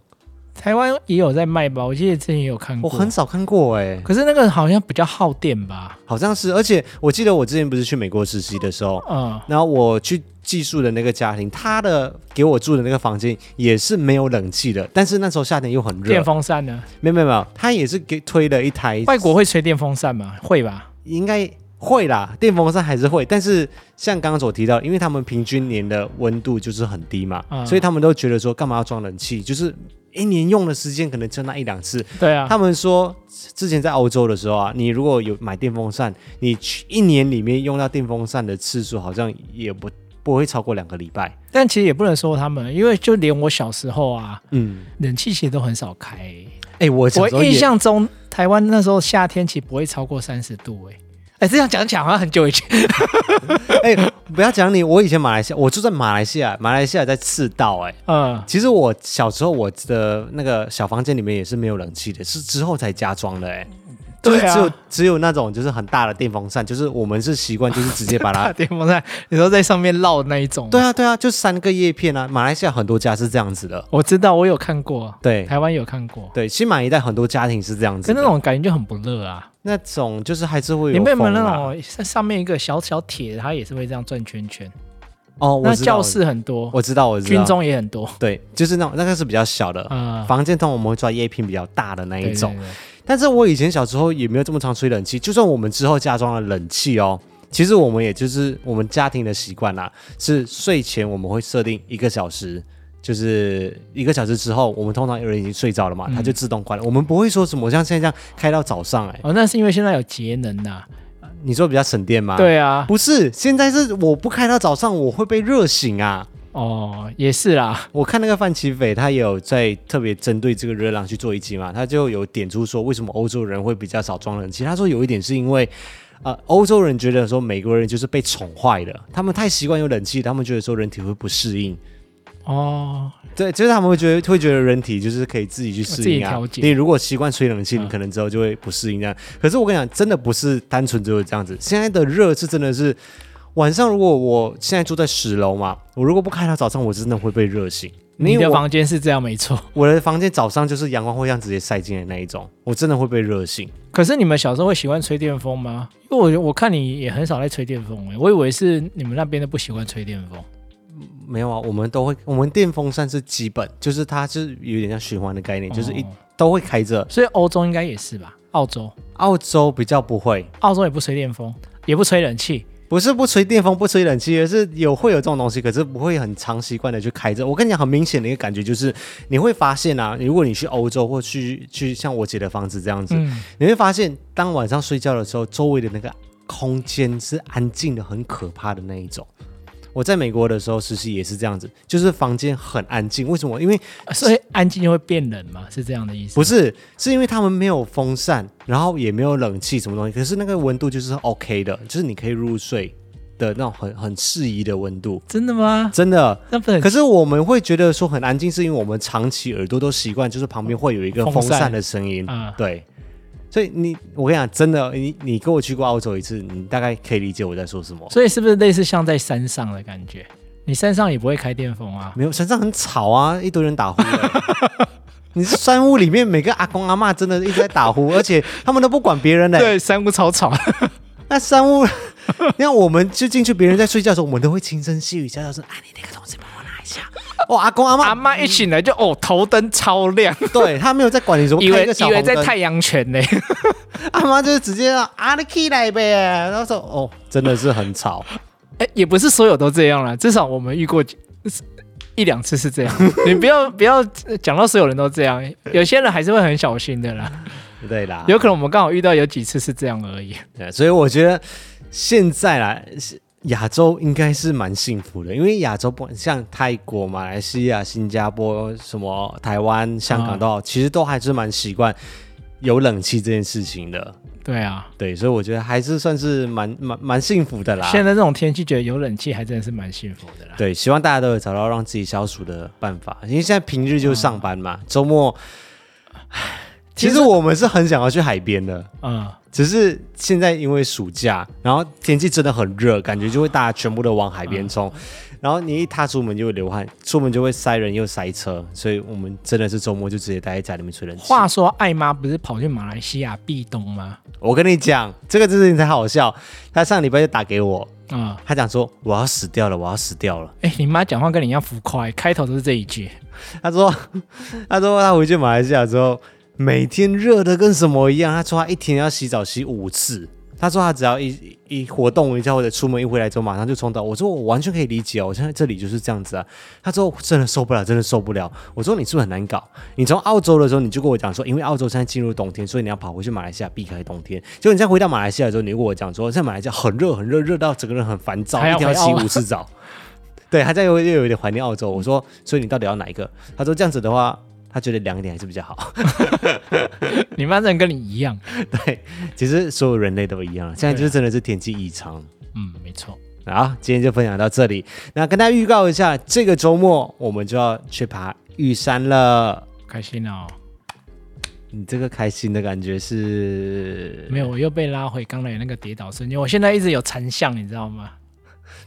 台湾也有在卖吧？我记得之前也有看我过，很少看过哎、可是那个好像比较耗电吧？好像是，而且我记得我之前不是去美国实习的时候，嗯，然后我去寄宿的那个家庭，他的给我住的那个房间也是没有冷气的，但是那时候夏天又很热电，风扇呢？没有没有没有，他也是给推了一台，外国会吹电风扇吗？会吧？应该会啦，电风扇还是会，但是像刚刚所提到，因为他们平均年的温度就是很低嘛，嗯所以他们都觉得说干嘛要装冷气，就是一年用的时间可能就那一两次，对啊，他们说，之前在欧洲的时候啊，你如果有买电风扇，你去一年里面用到电风扇的次数好像也不不会超过两个礼拜。但其实也不能说他们，因为就连我小时候啊，嗯，冷气其实都很少开欸、哎、我小时候我也印象中台湾那时候夏天其实不会超过三十度、欸，哎。哎，这样讲讲好像很久以前， <laughs> 哎、不要讲你，我以前马来西亚，我住在马来西亚，马来西亚在赤道、哎。嗯，其实我小时候我的那个小房间里面也是没有冷气的，是之后才加装的、哎。就是对啊只有只有那种就是很大的电风扇，就是我们是习惯就是直接把 <laughs> 它大电风扇，你说在上面绕那一种，对，啊对啊，就三个叶片啊，马来西亚很多家是这样子的，我知道，我有看过，对台湾有看过，对，新满一代很多家庭是这样子可的，那种感觉就很不热啊。那种就是还是会有你们有没风有啊那啦种上上面一个小小铁的，它也是会这样转圈圈？哦，我那知道教室很多，我知道我知道军中也很多，对，就是那种那个是比较小的。呃，房间通常我们会抓叶片比较大的那对一种，对对但是我以前小时候也没有这么常吹冷气，就算我们之后加装了冷气哦，其实我们也就是我们家庭的习惯啦，是睡前我们会设定一个小时，就是一个小时之后，我们通常有人已经睡着了嘛，它就自动关了，我们不会说什么像现在这样开到早上哎、哦，那是因为现在有节能呐、你说比较省电吗？对啊，不是，现在是我不开到早上，我会被热醒啊。哦，也是啦，我看那个范奇斐，他也有在特别针对这个热浪去做一集嘛，他就有点出说为什么欧洲人会比较少装冷气。他说有一点是因为，呃，欧洲人觉得说美国人就是被宠坏了，他们太习惯有冷气，他们觉得说人体会不适应。哦，对，就是他们会觉得会觉得人体就是可以自己去适自己应啊调。节你如果习惯吹冷气，你嗯可能之后就会不适应这样。可是我跟你讲，真的不是单纯只有这样子。现在的热是真的是晚上，如果我现在住在十楼嘛，我如果不开到早上，我真的会被热醒。你因为的我房间是这样没错。我的房间早上就是阳光会这样直接晒进来那一种，我真的会被热醒。可是你们小时候会喜欢吹电风吗？因为我我看你也很少在吹电风、欸，我以为是你们那边的不喜欢吹电风。没有啊，我们都会，我们电风扇是基本，就是它是有点像循环的概念，就是一、哦都会开着。所以欧洲应该也是吧？澳洲澳洲比较不会，澳洲也不吹电风，也不吹冷气，不是不吹电风、不吹冷气，而是有会有这种东西，可是不会很常习惯的去开着。我跟你讲，很明显的一个感觉就是，你会发现啊，如果你去欧洲或去去像我姐的房子这样子，嗯，你会发现，当晚上睡觉的时候，周围的那个空间是安静的，很可怕的那一种。我在美国的时候，实习也是这样子，就是房间很安静。为什么？因为所以安静就会变冷嘛，是这样的意思吗？不是，是因为他们没有风扇，然后也没有冷气什么东西，可是那个温度就是 OK 的，就是你可以入睡的那种很很适宜的温度，真的吗？真的。那不是可是我们会觉得说很安静，是因为我们长期耳朵都习惯，就是旁边会有一个风风扇扇的声音。啊对，所以你我跟你讲，真的，你你跟我去过澳洲一次，你大概可以理解我在说什么。所以是不是类似像在山上的感觉？你山上也不会开电风啊？没有，山上很吵啊，一堆人打呼欸、 <laughs> 你山屋里面每个阿公阿嬷真的一直在打呼，而且他们都不管别人嘞、，山屋超吵。那山屋， <laughs> 你看我们就进去，别人在睡觉的时候，我们都会轻声细语，悄悄说：“啊，你那个东西帮我拿一下。”哦，阿公阿阿嬷，妈一醒来就哦，头灯超亮，对他没有在管你什么，以开一为个小以为红在灯太阳泉呢。阿妈就是直接啊让阿的 key 来呗，然后说哦，真的是很吵，哎，也不是所有都这样啦，至少我们遇过几一两次是这样。 <laughs> 你不要不要讲到所有人都这样，有些人还是会很小心的啦。对啦， <laughs> 有可能我们刚好遇到有几次是这样而已。对所以我觉得现在啦，是亚洲应该是蛮幸福的，因为亚洲不像泰国、马来西亚、新加坡、什么台湾、香港啊都好，其实都还是蛮习惯有冷气这件事情的。对啊，对，所以我觉得还是算是蛮蛮蛮幸福的啦。现在这种天气觉得有冷气还真的是蛮幸福的啦。啊对，希望大家都有找到让自己消暑的办法，因为现在平日就上班嘛，周末，唉其实我们是很想要去海边的，嗯，只是现在因为暑假，然后天气真的很热，感觉就会大家全部都往海嗯边冲，然后你一踏出门就会流汗，出门就会塞人又塞车，所以我们真的是周末就直接待在家里面吹冷气。话说艾妈不是跑去马来西亚避冬吗？我跟你讲，这个事情才好笑，他上礼拜就打给我，啊、他讲说我要死掉了，我要死掉了。哎、你妈讲话跟你一样浮夸、欸开头都是这一句。 <laughs> 他说， <laughs> 他说他回去马来西亚之后，每天热的跟什么一样。他说他一天要洗澡洗五次。他说他只要一一活动一下或者出门一回来之后，马上就冲澡。我说我完全可以理解哦，我现在这里就是这样子啊。他说真的受不了，真的受不了。我说你是不是很难搞？你从澳洲的时候你就跟我讲说，因为澳洲现在进入冬天，所以你要跑回去马来西亚避开冬天。结果你再回到马来西亚的时候，你就跟我讲说，哎在马来西亚很热很热，热到整个人很烦躁，还要一定要回洗澳五次澡。对，他在又又有一点怀念澳洲。我说，所以你到底要哪一个？他说这样子的话，他觉得凉一点还是比较好。你妈真的跟你一样。对，其实所有人类都一样，啊现在就是真的是天气异常。嗯，没错。好，今天就分享到这里。那跟大家预告一下，这个周末我们就要去爬玉山了。开心哦，你这个开心的感觉是？没有，我又被拉回刚才那个跌倒瞬间。我现在一直有残像，你知道吗？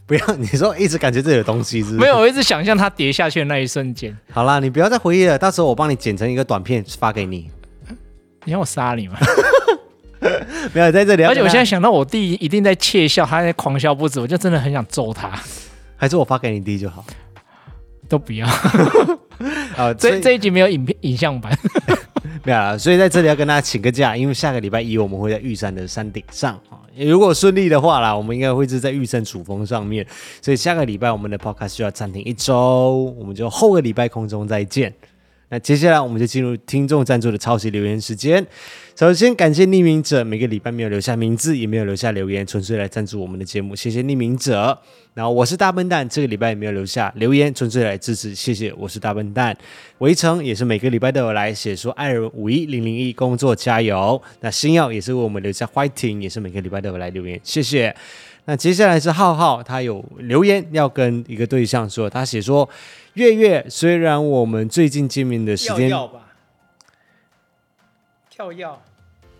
不要，你说一直感觉这里有东西是不是？没有，。我一直想象他跌下去的那一瞬间。好啦，你不要再回忆了，到时候我帮你剪成一个短片发给你。你要我 <laughs> 杀你吗？没有在这里要而跟大家，且我现在想到我弟一定在窃笑，他在狂笑不止，我就真的很想揍他。还是我发给你弟就好。都不要，啊， <laughs> 所这以这一集没有影片影像版。 <laughs> 没有啦，所以在这里要跟大家请个假，因为下个礼拜一我们会在玉山的山顶上啊。如果顺利的话啦，我们应该会是在玉山主峰上面，所以下个礼拜我们的 podcast 就要暂停一周，我们就后个礼拜空中再见。那接下来我们就进入听众赞助的抄袭留言时间。首先感谢匿名者，每个礼拜没有留下名字，也没有留下留言，纯粹来赞助我们的节目，谢谢匿名者。然后我是大笨蛋，这个礼拜也没有留下留言，纯粹来支持，谢谢。我是大笨蛋，围城也是每个礼拜都有来写说爱人五一零零一工作加油。那星耀也是为我们留下 fighting，也是每个礼拜都有来留言，谢谢。那接下来是浩浩，他有留言要跟一个对象说，他写说：月月，虽然我们最近见面的时间吧，跳药，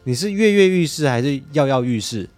你是跃跃欲试还是跃跃欲试？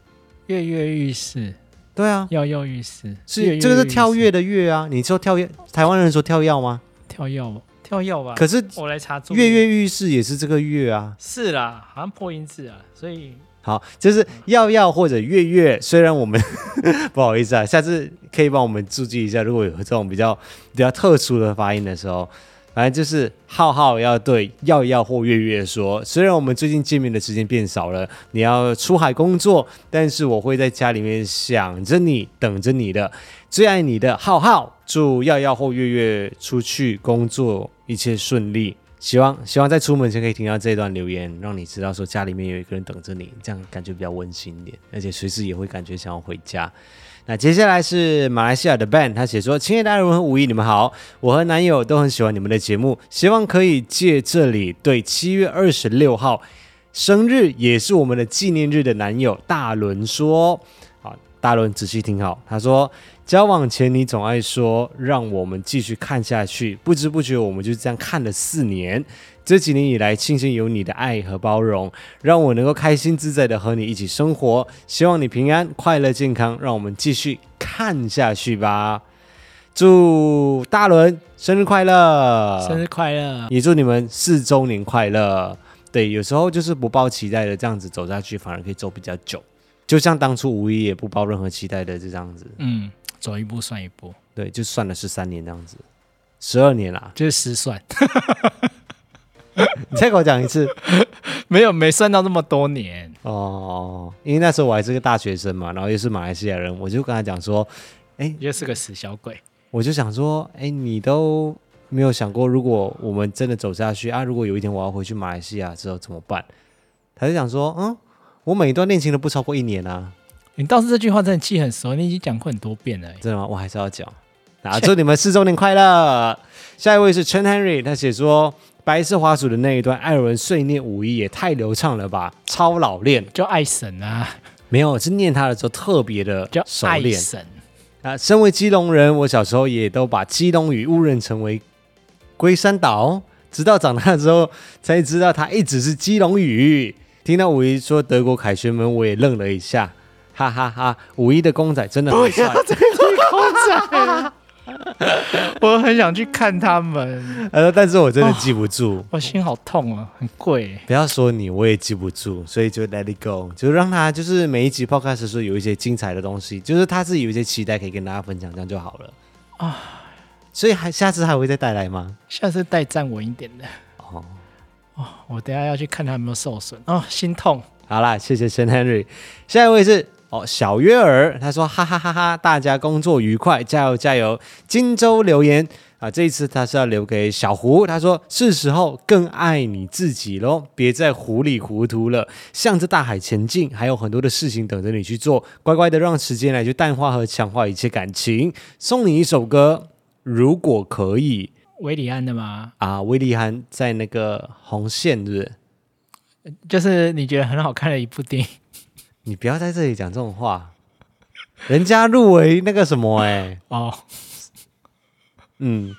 跃跃欲试，对啊，跃跃欲试，是跃跃欲试这个是跳跃的跃啊。你说跳跃，台湾人说跳跃吗？跳药跳药吧。可是我来查注音跃跃欲试也是这个跃啊。是啦，好像破音字啊，所以好，就是耀耀或者月月，虽然我们 <laughs> 不好意思啊，下次可以帮我们注记一下，如果有这种比较比较特殊的发音的时候，反正就是浩浩要对耀耀或月月说，虽然我们最近见面的时间变少了，你要出海工作，但是我会在家里面想着你，等着你的。最爱你的浩浩，祝耀耀或月月出去工作一切顺利。希望希望在出门前可以听到这段留言，让你知道说家里面有一个人等着你，这样感觉比较温馨一点，而且随时也会感觉想要回家。那接下来是马来西亚的 Ben，他写说：“亲爱的艾伦和五一，你们好，我和男友都很喜欢你们的节目，希望可以借这里对七月二十六号生日也是我们的纪念日的男友大伦说，好，大伦仔细听好，他说。”交往前，你总爱说让我们继续看下去，不知不觉我们就这样看了四年。这几年以来，庆幸有你的爱和包容，让我能够开心自在的和你一起生活。希望你平安、快乐、健康，让我们继续看下去吧。祝大伦生日快乐！生日快乐！也祝你们四周年快乐。对，有时候就是不抱期待的这样子走下去，反而可以走比较久。就像当初无一也不抱任何期待的就这样子，嗯，走一步算一步，对，就算了是三年这样子，十二年啦。就是失算， <laughs> 你再给我讲一次没有没算到那么多年。哦，因为那时候我还是个大学生嘛，然后又是马来西亚人，我就跟他讲说，你就是个死小鬼，我就想说，哎，你都没有想过，如果我们真的走下去啊，如果有一天我要回去马来西亚之后怎么办？他就想说，嗯，我每一段恋情都不超过一年啊，你倒是这句话真的记很熟，你已经讲过很多遍了欸。真的吗？我还是要讲。啊，祝你们四周年快乐！下一位是陈 Henry，他写说白色滑鼠的那一段，艾伦碎念五一也太流畅了吧，超老练。就爱神啊，没有，是念他的时候特别的就熟爱练神，啊。身为基隆人，我小时候也都把基隆语误认成为龟山岛，直到长大之后才知道它一直是基隆语。听到五一说德国凯旋门，我也愣了一下，哈哈哈五一的公仔真的很帅， <laughs> 我很想去看他们，呃，但是我真的记不住。我心好痛啊，很贵欸。不要说你，我也记不住，所以就 let it go，就让他就是每一集 podcast 的时候有一些精彩的东西，就是他自己有一些期待可以跟大家分享，这样就好了啊。所以还下次还会再带来吗？下次带站稳一点的。哦，哦，我等一下要去看他有没有受损。哦，心痛。好啦，谢谢 s Henry。下一位是哦小月儿，他说哈哈哈哈，大家工作愉快，加油加油！荆州留言啊，这一次他是要留给小胡，他说是时候更爱你自己喽，别再糊里糊涂了，向着大海前进，还有很多的事情等着你去做，乖乖的让时间来去淡化和强化一切感情。送你一首歌，如果可以维里安的吗？啊，威利涵在那个红线是不是？就是你觉得很好看的一部电影，你不要在这里讲这种话，人家入围那个什么哎、哦，嗯，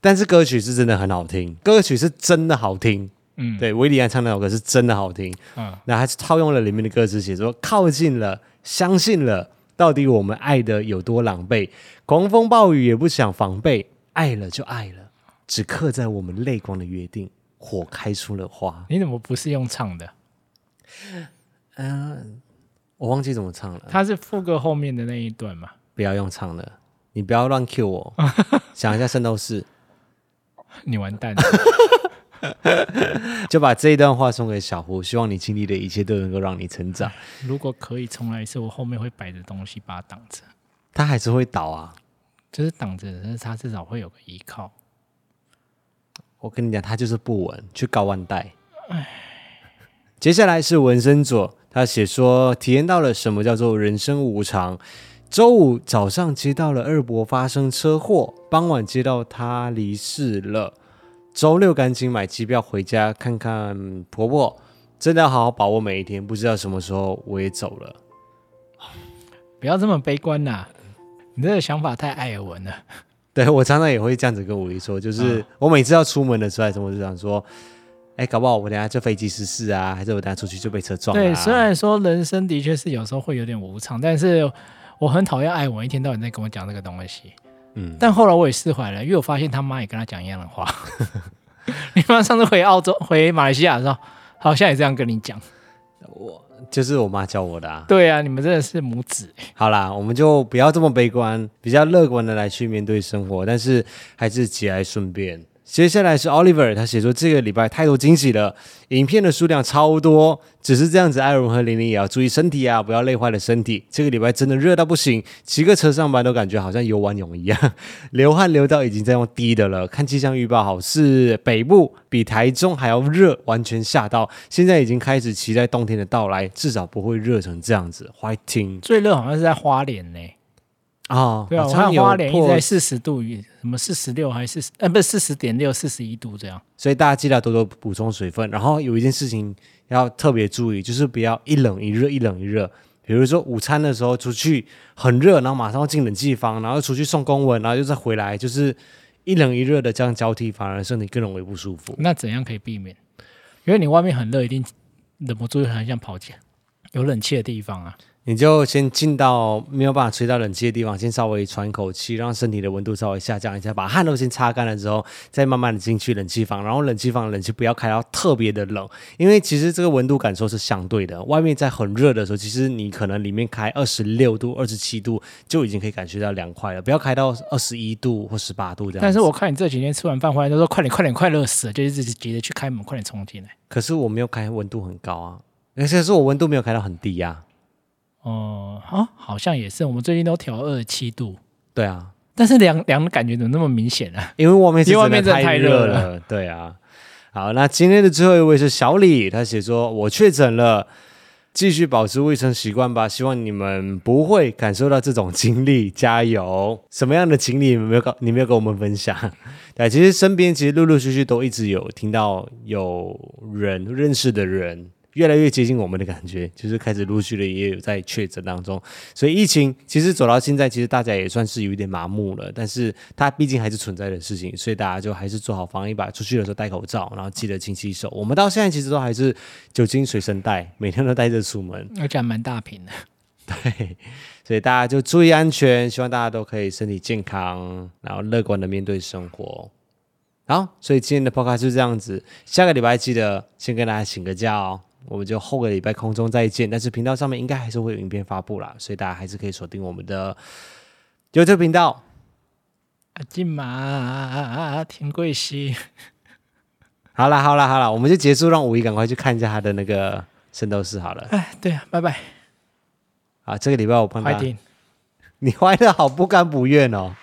但是歌曲是真的很好听，歌曲是真的好听。嗯，，对，维里安唱那首歌是真的好听，嗯，那他套用了里面的歌词写说：“靠近了，相信了，到底我们爱的有多狼狈？狂风暴雨也不想防备，爱了就爱了，只刻在我们泪光的约定，火开出了花。你怎么不是用唱的？”我忘记怎么唱了。它是副歌后面的那一段嘛？不要用唱了，你不要乱 Q 我。想一下圣斗士，你完蛋了，就把这一段话送给小胡，希望你经历的一切都能够让你成长。如果可以重来一次，我后面会摆着东西把它挡着，他还是会倒啊，就是挡着，但是它至少会有个依靠。我跟你讲，他就是不稳，去搞万代。接下来是纹身左，他写说体验到了什么叫做人生无常。周五早上接到了二伯发生车祸，傍晚接到他离世了。周六赶紧买机票回家看看婆婆，真的要好好把握每一天，不知道什么时候我也走了。不要这么悲观啦、你这个想法太艾尔文了。 <laughs> 对我常常也会这样子跟武力说，嗯就是我每次要出门的时候，还是我就想说，哎，搞不好我等下就飞机失事啊，还是我等下出去就被车撞了、啊。对，虽然说人生的确是有时候会有点无常，但是我很讨厌艾文一天到晚在跟我讲这个东西。嗯，但后来我也释怀了，因为我发现他妈也跟他讲一样 <laughs> 的话。你妈上次回澳洲、回马来西亚的时候，好像也这样跟你讲。就是我妈教我的啊。对啊，你们真的是母子。好啦，我们就不要这么悲观，比较乐观的来去面对生活，但是还是节哀顺变。接下来是 Oliver，他写说这个礼拜太多惊喜了，影片的数量超多，只是这样子，艾伦和玲玲也要注意身体啊，不要累坏了身体。这个礼拜真的热到不行，骑个车上班都感觉好像游完泳一样， <laughs> 流汗流到已经在用滴的了。看气象预报好是北部比台中还要热，完全吓到。现在已经开始期待冬天的到来，至少不会热成这样子。Fighting 最热好像是在花莲呢、啊，对啊，好我像看有花莲一直破在四十度以，什么四十六还是40呃不是四十点六、四十一度这样。所以大家记得要多多补充水分。然后有一件事情要特别注意，就是不要一冷一热，一冷一热。比如说午餐的时候出去很热，然后马上要进冷气房，然后出去送公文，然后又再回来，就是一冷一热的这样交替，反而身体更容易不舒服。那怎样可以避免？因为你外面很热，一定忍不住很想跑去有冷气的地方啊。你就先进到没有办法吹到冷气的地方，先稍微喘口气，让身体的温度稍微下降一下，把汗都先擦干了之后，再慢慢的进去冷气房。然后冷气房冷气不要开到特别的冷，因为其实这个温度感受是相对的。外面在很热的时候，其实你可能里面开二十六度、二十七度就已经可以感觉到凉快了，不要开到二十一度或十八度这样子。但是我看你这几天吃完饭回来都说快点快点快热死了，就一直急着去开门，快点冲进来。可是我没有开温度很高啊，而且是我温度没有开到很低啊呀、哦、啊，好像也是，我们最近都调二十七度，对啊，但是凉凉的感觉怎么那么明显啊？因为外面是因为外面真真的的太太热热了。了对啊，好，那今天的最后一位是小李，他写说：“我确诊了。”继续保持卫生习惯吧，希望你们不会感受到这种经历，加油！什么样的经历你没有告，你没有跟我们分享？ <laughs> 对，其实身边其实陆陆续续都一直有听到有人认识的人越来越接近我们的感觉，就是开始陆续的也有在确诊当中，所以疫情其实走到现在，其实大家也算是有一点麻木了，但是它毕竟还是存在的事情，所以大家就还是做好防疫吧。出去的时候戴口罩，然后记得勤洗手。我们到现在其实都还是酒精随身带，每天都带着出门。而且还蛮大瓶的。对，所以大家就注意安全，希望大家都可以身体健康，然后乐观的面对生活。好，所以今天的 podcast 就这样子，下个礼拜记得先跟大家请个假哦，我们就后个礼拜空中再见。但是频道上面应该还是会有影片发布啦，所以大家还是可以锁定我们的 YouTube 频道。啊，金马田桂希，好啦，好啦，好啦，我们就结束，让五一赶快去看一下他的那个《圣斗士》好了。哎，对啊，拜拜，啊，这个礼拜我帮快他，点。你坏的好不甘不愿哦。